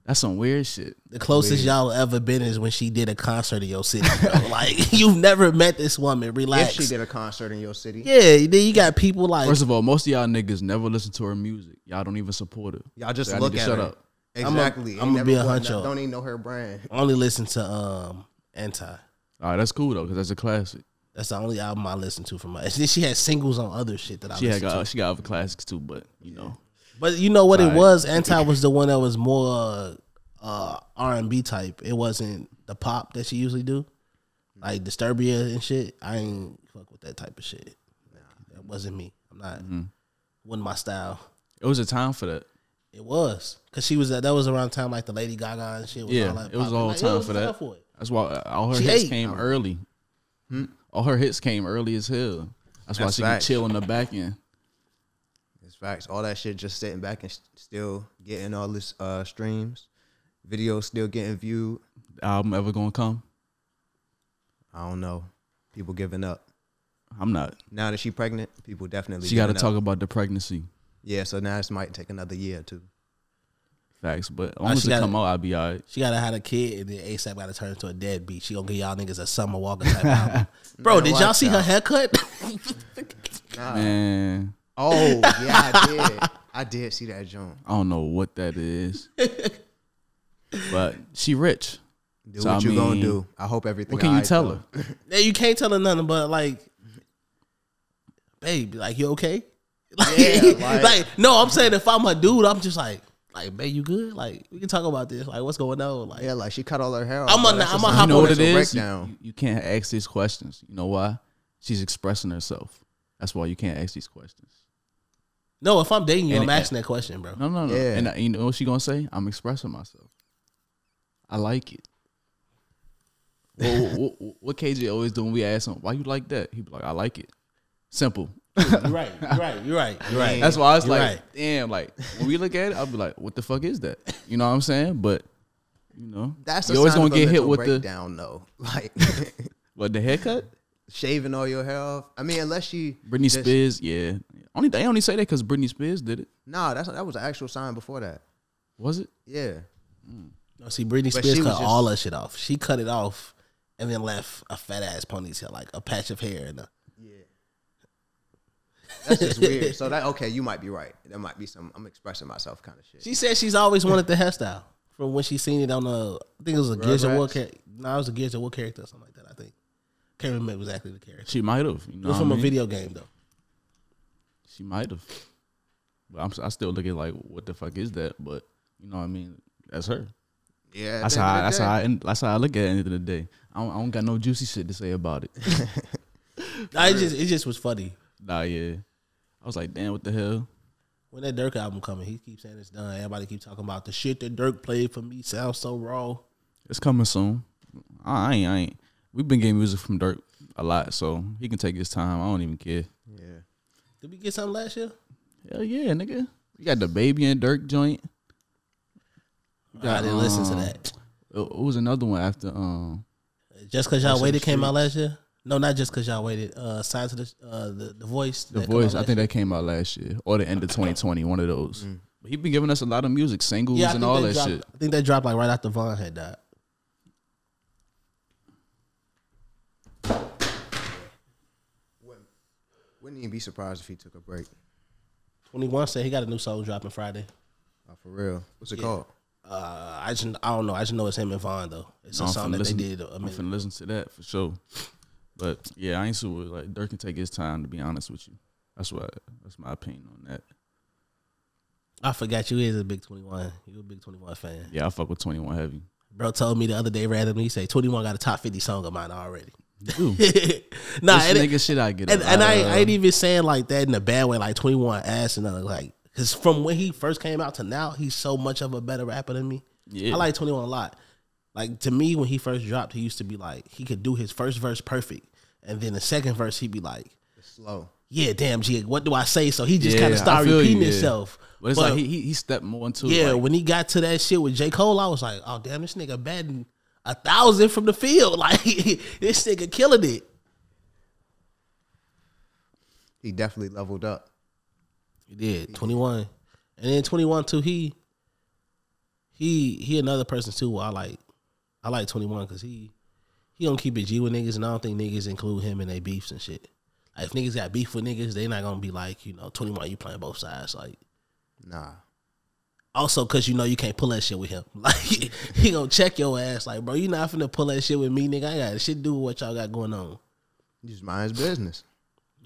C: that's some weird shit.
A: the closest y'all ever been is when she did a concert in your city. Bro. like you've never met this woman.
B: If
A: Relax.
B: she did a concert in your city,
A: Yeah, then you got people like.
C: First of all, most of y'all niggas never listen to her music. Y'all don't even support her.
B: y'all just
C: Y'all need
B: look
C: to
B: at
C: shut
B: her.
C: up.
B: Exactly.
A: I'ma
B: Ain't
A: be
B: never
A: a
B: bought
A: huncho.
B: no- Don't even know her brand.
A: only listen to um anti.
C: All right, that's cool though, because that's a classic.
A: That's the only album I listen to from her. And then she had singles on other shit that I
C: She had
A: listened to.
C: got she got other classics too, but you know.
A: But you know what it
C: Right.
A: was? Anti was the one that was more uh R and B type. It wasn't the pop that she usually do, like Disturbia and shit. I ain't fuck with that type of shit. That wasn't me. I'm not.
C: Mm-hmm.
A: Wasn't my style.
C: It was a time for that.
A: It was because she was that. That was around the time like the Lady Gaga and shit. Was
C: Yeah,
A: all that
C: it was
A: popping.
C: all
A: Like,
C: time
A: was
C: for
A: the
C: that.
A: stuff for it.
C: That's why uh, all her
A: She
C: hits
A: ate.
C: came
B: Oh.
C: early. Hmm? All her hits came early as hell. That's, why
B: That's
C: she
B: facts.
C: can chill in the back end.
B: It's facts. All that shit just sitting back and s- still getting all this uh streams, videos still getting viewed.
C: The album ever gonna come?
B: I don't know. People giving up.
C: I'm not.
B: Now that she pregnant, people definitely.
C: She got to
B: giving
C: talk
B: Up.
C: about the pregnancy
B: Yeah, so now this might take another year too.
C: facts, but as long as
A: she
C: it
A: gotta-
C: come out, I'll be alright.
A: She gotta had a kid and then ASAP gotta turn into a deadbeat. She gonna give y'all niggas a summer walker type album. Bro,
B: Man,
A: did y'all
B: watch
A: see her
B: out.
A: haircut?
C: Man,
B: Oh yeah, I did. I did see that joint.
C: I don't know what that is, but she rich.
B: Do
C: So,
B: what
C: I
B: you gonna
C: mean,
B: do. I hope everything.
C: What can you
B: alright,
C: tell
B: though.
C: her?
A: Yeah, you can't tell her nothing but like, babe, like you okay? Like, like,
B: like-
A: no, I'm saying if I'm her dude, I'm just like, like, babe, you good? Like, we can talk about this. Like, what's going on? Like,
B: Yeah, like she cut all her hair. off.
A: I'm
B: bro.
A: a-
B: That's
A: I'm
B: just
A: a
B: a
A: hop
C: You know what it
B: mental
C: is? You,
B: breakdown.
C: you- you can't ask these questions. You know why? She's expressing herself. That's why you can't ask these questions.
A: no, if I'm dating you,
C: And
A: I'm
C: it-
A: asking that question, bro.
C: No, no, no.
B: Yeah.
C: And I, you know what she gonna say? I'm expressing myself. I like it. what, what, what KJ always do when we ask him why you like that? He be like, I like it. Simple.
A: You're right. You're right. You're right. You're right.
C: That's why I was
A: You're
C: like,
A: right.
C: damn. Like when we look at it, I'll be like, what the fuck is that? You know what I'm saying? But you know,
B: That's
C: you always
B: sign
C: gonna
B: of a
C: get hit
B: mental
C: with the
B: breakdown, though. Like
C: what the haircut.
B: shaving all your hair off. I mean, unless she
C: Britney
B: just-
C: Spears, yeah. Only they only say that because Britney Spears did it.
B: Nah, that's that was an actual sign before that.
C: Was it?
B: Yeah,
A: No, see, Britney
B: But
A: Spears
B: she
A: cut
B: was just-
A: all that shit off. She cut it off and then left a fat ass ponytail, like a patch of hair. And a,
B: That's just weird. So that okay, you might be right. There might be some I'm expressing myself kind of shit.
A: she said she's always wanted the hairstyle from when she seen it on the. I think it was a Gears of War
B: Rugrats?
A: character. No, it was a Gears of War character or something like that. I think can't remember exactly the character.
C: She might have.
A: It
C: You know
A: was
C: what I
A: from a
C: mean?
A: video game though.
C: She might have. But I'm, I still look at like, what the fuck is that? But you know what I mean? That's her.
B: Yeah, at
C: That's
B: the end of
C: how.
B: the
C: I, that's
B: day.
C: how. I, end- that's how I look at it. At the End of the day, I don't, I don't got no juicy shit to say about it.
A: I just it just was funny
C: nah, yeah. I was like, damn, what the hell?
A: when that Dirk album coming. He keeps saying it's done. Everybody keep talking about the shit that Dirk played for me sounds so raw.
C: It's coming soon. I I ain't. I ain't. We've been getting music from Dirk a lot, so he can take his time. I don't even care.
B: Yeah.
A: Did we get something last year?
C: Hell yeah, nigga. You got the baby and Dirk joint.
A: I didn't listen to that.
C: It it Uh, was another one after um
A: Just cause y'all
C: Voice of the
A: waited came out last year. No, not just cause y'all waited. Uh, signs of the uh, the, the voice.
C: The
A: that come
C: Voice.
A: out
C: I
A: last
C: think
A: year.
C: that came out last year or the end of 2020, one of those. But he been giving us a lot of music, singles
A: Mm. yeah, I
C: and
A: think
C: all
A: they
C: that
A: dropped,
C: shit.
A: I think that dropped like right after Vaughn had died.
B: Wouldn't even be surprised if he took a break.
A: Twenty one said he got a new song dropping Friday.
B: Oh, for real. What's it called?
A: Uh, I just I don't know. I just know it's him and Vaughn though. It's
C: No,
A: a
C: I'm
A: song
C: finna
A: that
C: listen-
A: they did. I
C: I'm
A: mean,
C: finna listen to that for sure. But yeah, I ain't super like Dirk can take his time to be honest with you. That's what that's my opinion on that.
A: I forgot you is a big twenty one. You a big twenty one fan.
C: Yeah, I fuck with 21 Heavy.
A: Bro told me the other day randomly. He said twenty one got a top fifty song of mine already.
C: Dude, this
A: nah, and, it-
C: nigga uh, shit I get.
A: and,
C: a
A: and I,
C: lot
A: I ain't
C: of-
A: even saying like that in a bad way. Like twenty one ass and uh, like because from when he first came out to now, he's so much of a better rapper than me.
C: Yeah.
A: I like twenty one a lot. Like to me, when he first dropped, he used to be like he could do his first verse perfect, and then the second verse he'd be like,
B: It's slow.
A: "Yeah, damn, G, what do I say?" So he just
C: Yeah,
A: kind of
C: I
A: started
C: feel you,
A: repeating
C: yeah.
A: himself.
C: But it's like he, he he stepped more into
A: yeah,
C: like,
A: when he got to that shit with J Cole, I was like, "Oh damn, this nigga batting a thousand from the field. Like this nigga killing it."
B: He definitely leveled up.
A: He did twenty one, and then twenty one too. He he he another person too. Where I like I like twenty one because he he don't keep it G with niggas, and I don't think niggas include him in their beefs and shit. Like if niggas got beef with niggas, they not gonna be like you know twenty one. You playing both sides like.
B: Nah.
A: Also, cause you know you can't pull that shit with him. Like he gonna check your ass. Like, bro, you not finna pull that shit with me, nigga. I got shit to do with what y'all got going on.
B: He just mind his business.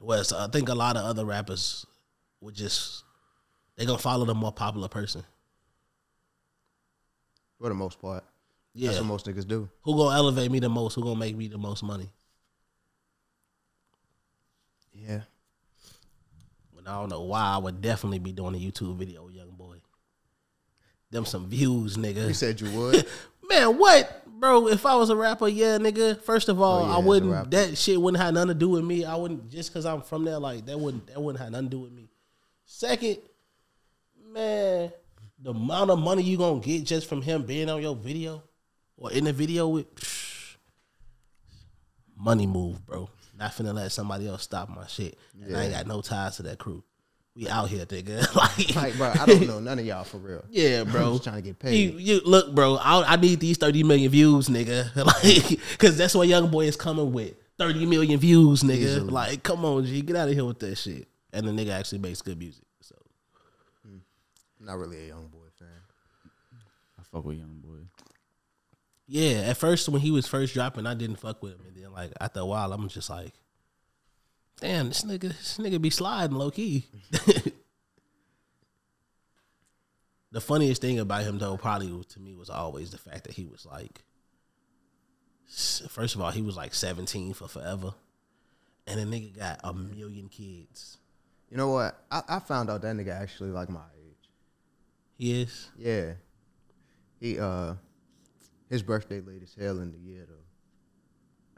A: Well, so I think a lot of other rappers would just they gonna follow the more popular person.
B: For the most part.
A: Yeah,
B: That's what most niggas do.
A: Who gonna elevate me the most? Who gonna make me the most money?
B: Yeah.
A: But I don't know why I would definitely be doing a YouTube video with young boy. Them some views,
B: You
A: nigga.
B: said you would.
A: Man, what? Bro, if I was a rapper, yeah, nigga. First of all, I
B: Oh, yeah, as a rapper.
A: wouldn't that shit wouldn't have nothing to do with me. I wouldn't just cause I'm from there, like that wouldn't that wouldn't have nothing to do with me. Second, man, the amount of money you gonna get just from him being on your video or in the video with psh, money move, bro. Not finna let somebody else stop my shit. And I ain't got no ties to that crew. We out here, nigga. like,
B: like, bro, I don't know none of y'all for real.
A: yeah,
B: I'm
A: bro.
B: just trying to get
A: You,
B: paid.
A: you look, bro. I, I need these thirty million views, nigga. Like, cause that's what young boy is coming with. Thirty million views, nigga.
B: Easily.
A: Like, come on, G, get out of here with that shit. And the nigga actually makes good music. So
B: Not really a young boy fan.
C: I fuck with young boy.
A: yeah, at first when he was first dropping, I didn't fuck with him, and then like after a while, I'm just like, damn, this nigga, this nigga be sliding low key. the funniest thing about him though, probably to me, was always the fact that he was like, s- first of all, he was like 17 for forever, and the nigga got a million kids.
B: You know what? I, I found out that nigga actually like my age.
A: Yes,
B: Yeah. He uh his birthday late as hell in the year though.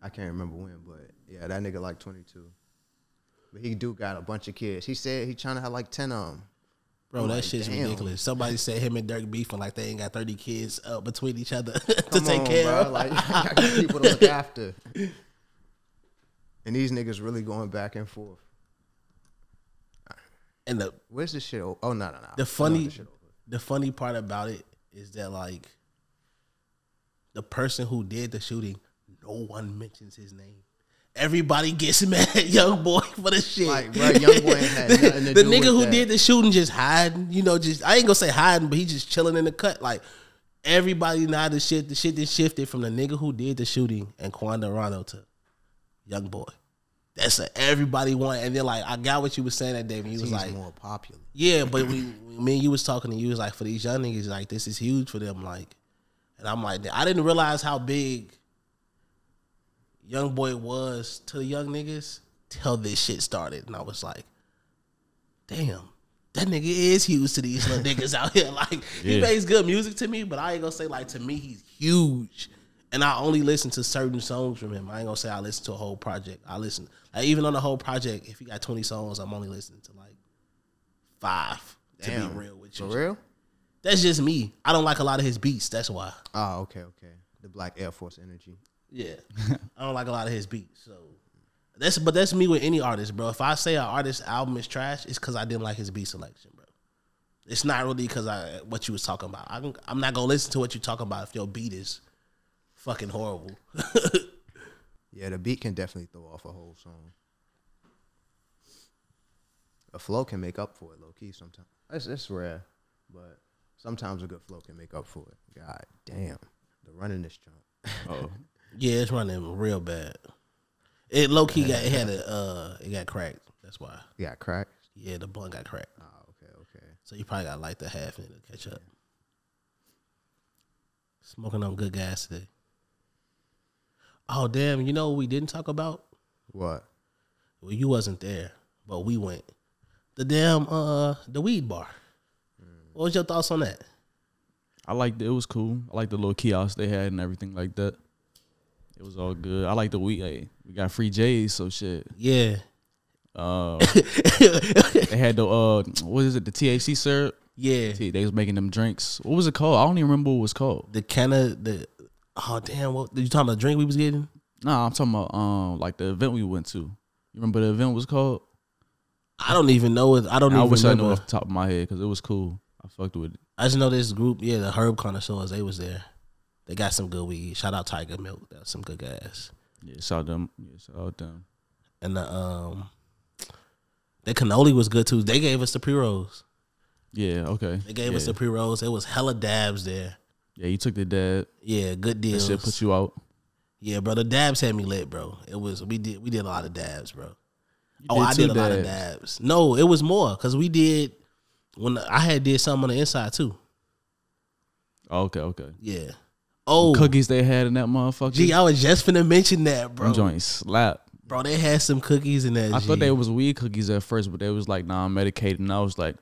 B: I can't remember when, but yeah, that nigga like twenty two. But he do got a bunch of kids. He said he trying to have like ten of them.
A: bro,
B: I'm
A: that
B: like,
A: shit's
B: damn.
A: ridiculous. Somebody said him and Dirk beefing like they ain't got 30 kids uh, between each other to
B: Come
A: take
B: on,
A: care
B: bro.
A: of.
B: Like I got people to look after. And these niggas really going back and forth.
A: and the
B: Where's this shit? o- Oh no no no. I know
A: the funny
B: this shit over.
A: the funny part about it is that like the person who did the shooting, no one mentions his name. Everybody gets mad at young boy for the shit.
B: Like, bruh, Young Boy ain't had nothing to
A: the
B: do
A: nigga
B: with
A: who
B: that.
A: did the shooting just hiding, you know, just I ain't gonna say hiding, but he just chilling in the cut. Like everybody now the shit, the shit that shifted from the nigga who did the shooting and Quando Rano to young boy. That's a everybody want. And then like I got what you was saying that day when you was
B: He's
A: like,
B: more popular.
A: yeah, but we, me and you was talking, and you was like, for these young niggas, like this is huge for them, like, and I'm like, I didn't realize how big Young Boy was to the young niggas till this shit started, and I was like, damn, that nigga is huge to these little niggas out here. Like, he
C: Yeah.
A: makes good music to me, but I ain't gonna say like to me he's huge. And I only listen to certain songs from him. I ain't gonna say I listen to a whole project. I listen, like, even on the whole project, if he got 20 songs, I'm only listening to like five. To
B: Damn.
A: be real with
B: For
A: you,
B: real?
A: that's just me. I don't like a lot of his beats. That's why.
B: Oh, okay, okay. The Black Air Force energy.
A: Yeah, I don't like a lot of his beats. So that's but that's me with any artist, bro. If I say an artist's album is trash, it's because I didn't like his beat selection, bro. It's not really because I what you was talking about. I'm, I'm not gonna listen to what you're talking about if your beat is fucking horrible.
B: Yeah, the beat can definitely throw off a whole song. A flow can make up for it, low key. Sometimes it's, it's rare, but sometimes a good flow can make up for it. God damn, the running this jump.
C: Oh,
A: yeah, it's running real bad. It low key got it had a uh it got cracked. That's why.
B: You got cracked.
A: Yeah, the blunt got cracked.
B: Oh, okay, okay.
A: So you probably got to light the half and it'll catch up. Smoking on good gas today. Oh damn! You know what we didn't talk about?
B: What?
A: Well, you wasn't there, but we went. The damn uh the weed bar. What was your thoughts on that?
C: I liked it. It was cool. I liked the little kiosk they had and everything like that. It was all good. I like the we hey, we got free J's, so shit.
A: Yeah,
C: Uh, they had the uh, what is it? The THC syrup.
A: yeah.
C: T- They was making them drinks. What was it called? I don't even remember what it was called.
A: The can of the oh damn! What you talking about? The drink we was getting?
C: Nah, I'm talking about um, like the event we went to. You remember the event was called?
A: I don't even know it. I don't.
C: I,
A: even
C: wish I knew
A: remember.
C: off the top of my head because it was cool. I fucked with it.
A: I just know this group, yeah, the herb connoisseurs, they was there. They got some good weed. Shout out Tiger Milk. That's some good gas.
C: Yeah, shout out them. Yeah, shout out them.
A: And the um the cannoli was good too. They gave us the pre rolls.
C: Yeah, okay.
A: They gave
C: yeah.
A: us the pre rolls. It was hella dabs there.
C: Yeah, you took the dab.
A: Yeah, good
C: That
A: deals.
C: shit put you out.
A: yeah, bro. The dabs had me lit, bro. It was we did we did a lot of dabs, bro.
C: You
A: oh, I
C: two
A: did a lot of dabs. No, it was more because we did when I had did something on the inside too.
C: Oh, okay, okay.
A: Yeah. Oh,
C: Cookies they had in that motherfucker.
A: gee, I was just finna mention that,
C: Them
A: bro.
C: joints slap.
A: Bro, they had some cookies in that.
C: I thought
A: G.
C: they was weed cookies at first, but they was like nah, I'm medicated, and I was like,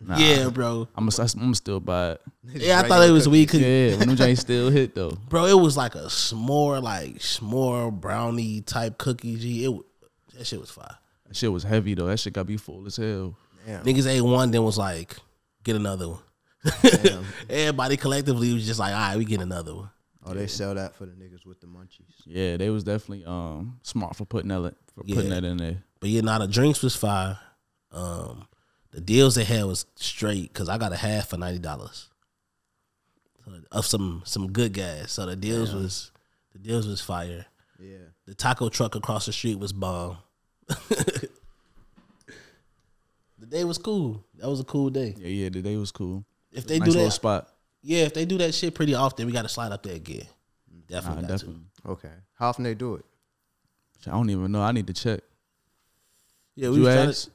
C: nah,
A: Yeah, bro.
C: I'm i I'm still buy it.
A: Yeah, I thought it was weed cookies.
C: Yeah, when them joints still hit though.
A: Bro, it was like a s'more, like s'more brownie type cookie. G, it wa- that shit was fire.
C: That shit was heavy though. That shit got be full as hell.
B: Damn,
A: Niggas ate one, then was like, get another one.
B: damn.
A: Everybody collectively was just like, all right, we get another one.
B: Oh, they sell that for the niggas with the munchies.
C: Yeah, they was definitely um smart for putting that for putting
A: Yeah.
C: that in there.
A: But yeah, now the drinks was fire. Um, the deals they had was straight because I got a half for ninety dollars of some some good guys. So the deals was the deals was fire.
B: Yeah,
A: The taco truck across the street was bomb. the day was cool. That was a cool day.
C: Yeah, yeah, the day was cool.
A: If they
C: nice
A: do
C: little
A: that,
C: spot.
A: yeah, if they do that shit pretty often, we got to slide up there again.
C: Nah,
A: Definitely, got to.
C: definitely.
B: okay. How often they do it?
C: I don't even know. I need to check.
A: Yeah, we
C: You
A: was, trying
C: asked?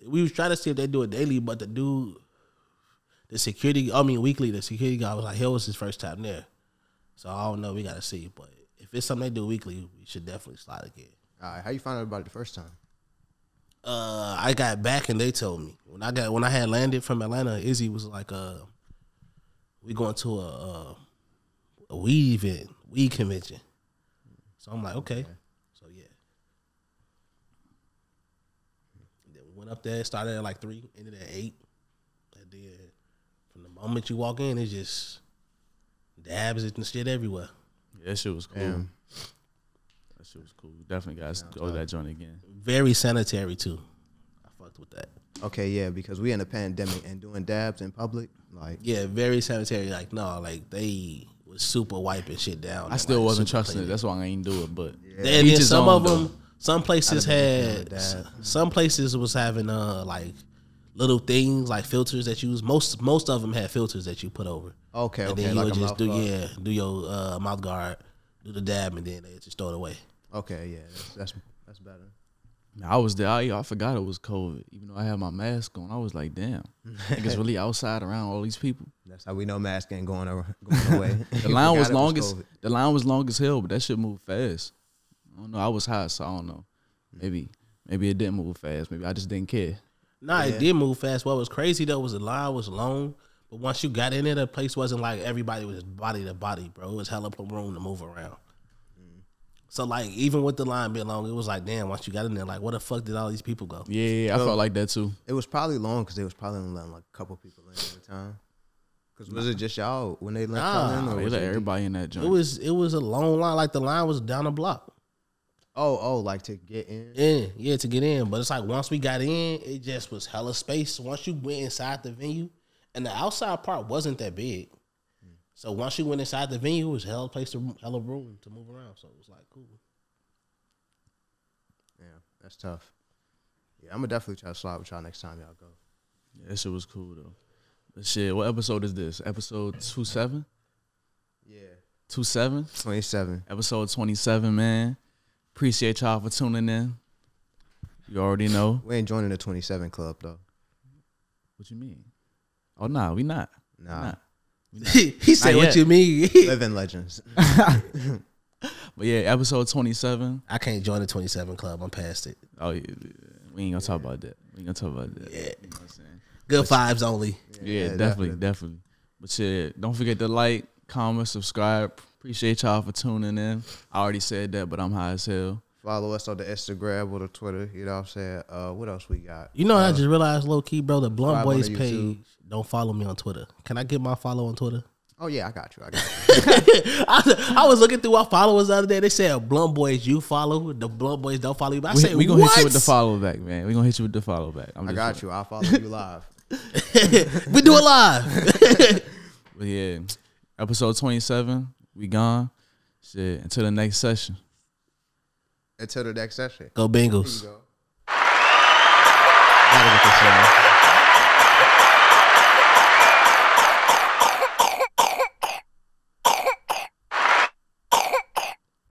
A: to, we was trying to see if they do it daily, but the dude, the security, I mean weekly, the security guy was like, "Hell, was his first time there," so I don't know. We got to see, but if it's something they do weekly, we should definitely slide again.
B: All right, how you find out about it the first time?
A: uh, I got back and they told me when I got when I had landed from Atlanta, Izzy was like, "Uh, we going to a uh, a weed event, weed convention." So I'm like, "Okay." So yeah. And Then we went up there, started at like three, ended at eight. And then from the moment you walk in, it's just dabs and shit everywhere.
C: Yeah, that shit was cool.
B: Damn.
C: That shit was cool. Definitely guys go to that joint again.
A: Very sanitary too. I fucked with that.
B: Okay, yeah, because we in a pandemic and doing dabs in public, like
A: Yeah, very sanitary. Like no, like they was was super wiping shit down.
C: I still wasn't trusting it. That's why I ain't do it. But
A: And
C: Each
A: then
C: his
A: some
C: own,
A: of
C: though.
A: them, some places had, s- some places was having uh like little things like filters that you use. Most most of them had filters that you put over.
B: Okay,
A: and
B: okay,
A: then you
B: like
A: would
B: a
A: just
B: mouth
A: do
B: guard.
A: yeah, do your uh, mouth guard, do the dab, and then they just throw it away.
B: Okay, yeah, that's that's, that's better.
C: I was there. I, I forgot it was COVID, even though I had my mask on. I was like, damn, it's really outside around all these people.
B: That's how we know mask ain't going, ar- going away.
C: The line was long as the line was long as hell, but that shit moved fast. I don't know. I was hot, so I don't know. Maybe maybe it didn't move fast. Maybe I just didn't care.
A: Nah, it did move fast. What was crazy though was the line was long, but once you got in there, the place wasn't like everybody was body to body, bro. It was hella room to move around. So like even with the line being long, it was like damn. Once you got in there, like where the fuck did all these people go?
C: Yeah, yeah, I felt like that too.
B: It was probably long because they was probably only letting like a couple people in at a time. Because was it just y'all when Oh, they let y'all in?
A: Nah,
B: Or
C: They
B: was
C: let
B: it-
C: everybody in that
A: It
C: joint.
A: was it was a long line. Like the line was down a block.
B: oh, oh, like to get in.
A: Yeah, yeah, to get in. But it's like once we got in, it just was hella space. Once you went inside the venue, and the outside part wasn't that big. So once you went inside the venue, it was hella place to hella room to move around. So it was like cool.
B: Yeah, that's tough. Yeah, I'm gonna definitely try to slide with y'all next time y'all go.
C: Yeah, that shit was cool though. But shit, what episode is this? Episode two seven?
B: Yeah,
C: Two seven?
B: twenty seven.
C: Episode twenty seven, man. Appreciate y'all for tuning in. You already know.
B: We ain't joining the twenty seven club though.
C: What you mean? Oh nah, we not. We
B: Nah.
C: not.
A: he said,
C: Not
A: "What
C: yet.
A: you mean?"
B: Living legends.
C: But yeah, episode twenty seven.
A: I can't join the twenty seven club. I'm past it.
C: Oh yeah, yeah, we ain't gonna talk about that. We ain't gonna talk about that. Yeah, you know what I'm saying?
A: Good vibes only.
C: yeah,
B: yeah,
C: definitely, definitely, But shit, don't forget to like, comment, subscribe. Appreciate y'all for tuning in. I already said that, but I'm high as hell.
B: Follow us on the Instagram or the Twitter. You know what I'm saying? Uh, what else we got?
A: You know, what I just realized, low key, bro, the Blunt
B: subscribe on
A: Boys
B: the
A: page
B: YouTube.
A: don't follow me on Twitter. Can I get my follow on Twitter?
B: Oh yeah, I got you. I got you.
A: I, I was looking through our followers the other day. They said Blunt Boys you follow, the Blunt Boys don't follow you. But I
C: We,
A: said
C: we gonna
A: what?
C: hit you with the follow back, man. We gonna hit you with the follow back. I'm
B: I got
C: just-
B: you. I'll follow you live.
A: we do it live.
C: But yeah, episode 27. We gone. Shit. Until the next session.
B: Until the next session.
A: Go Bengals.
B: Gotta get this shit out.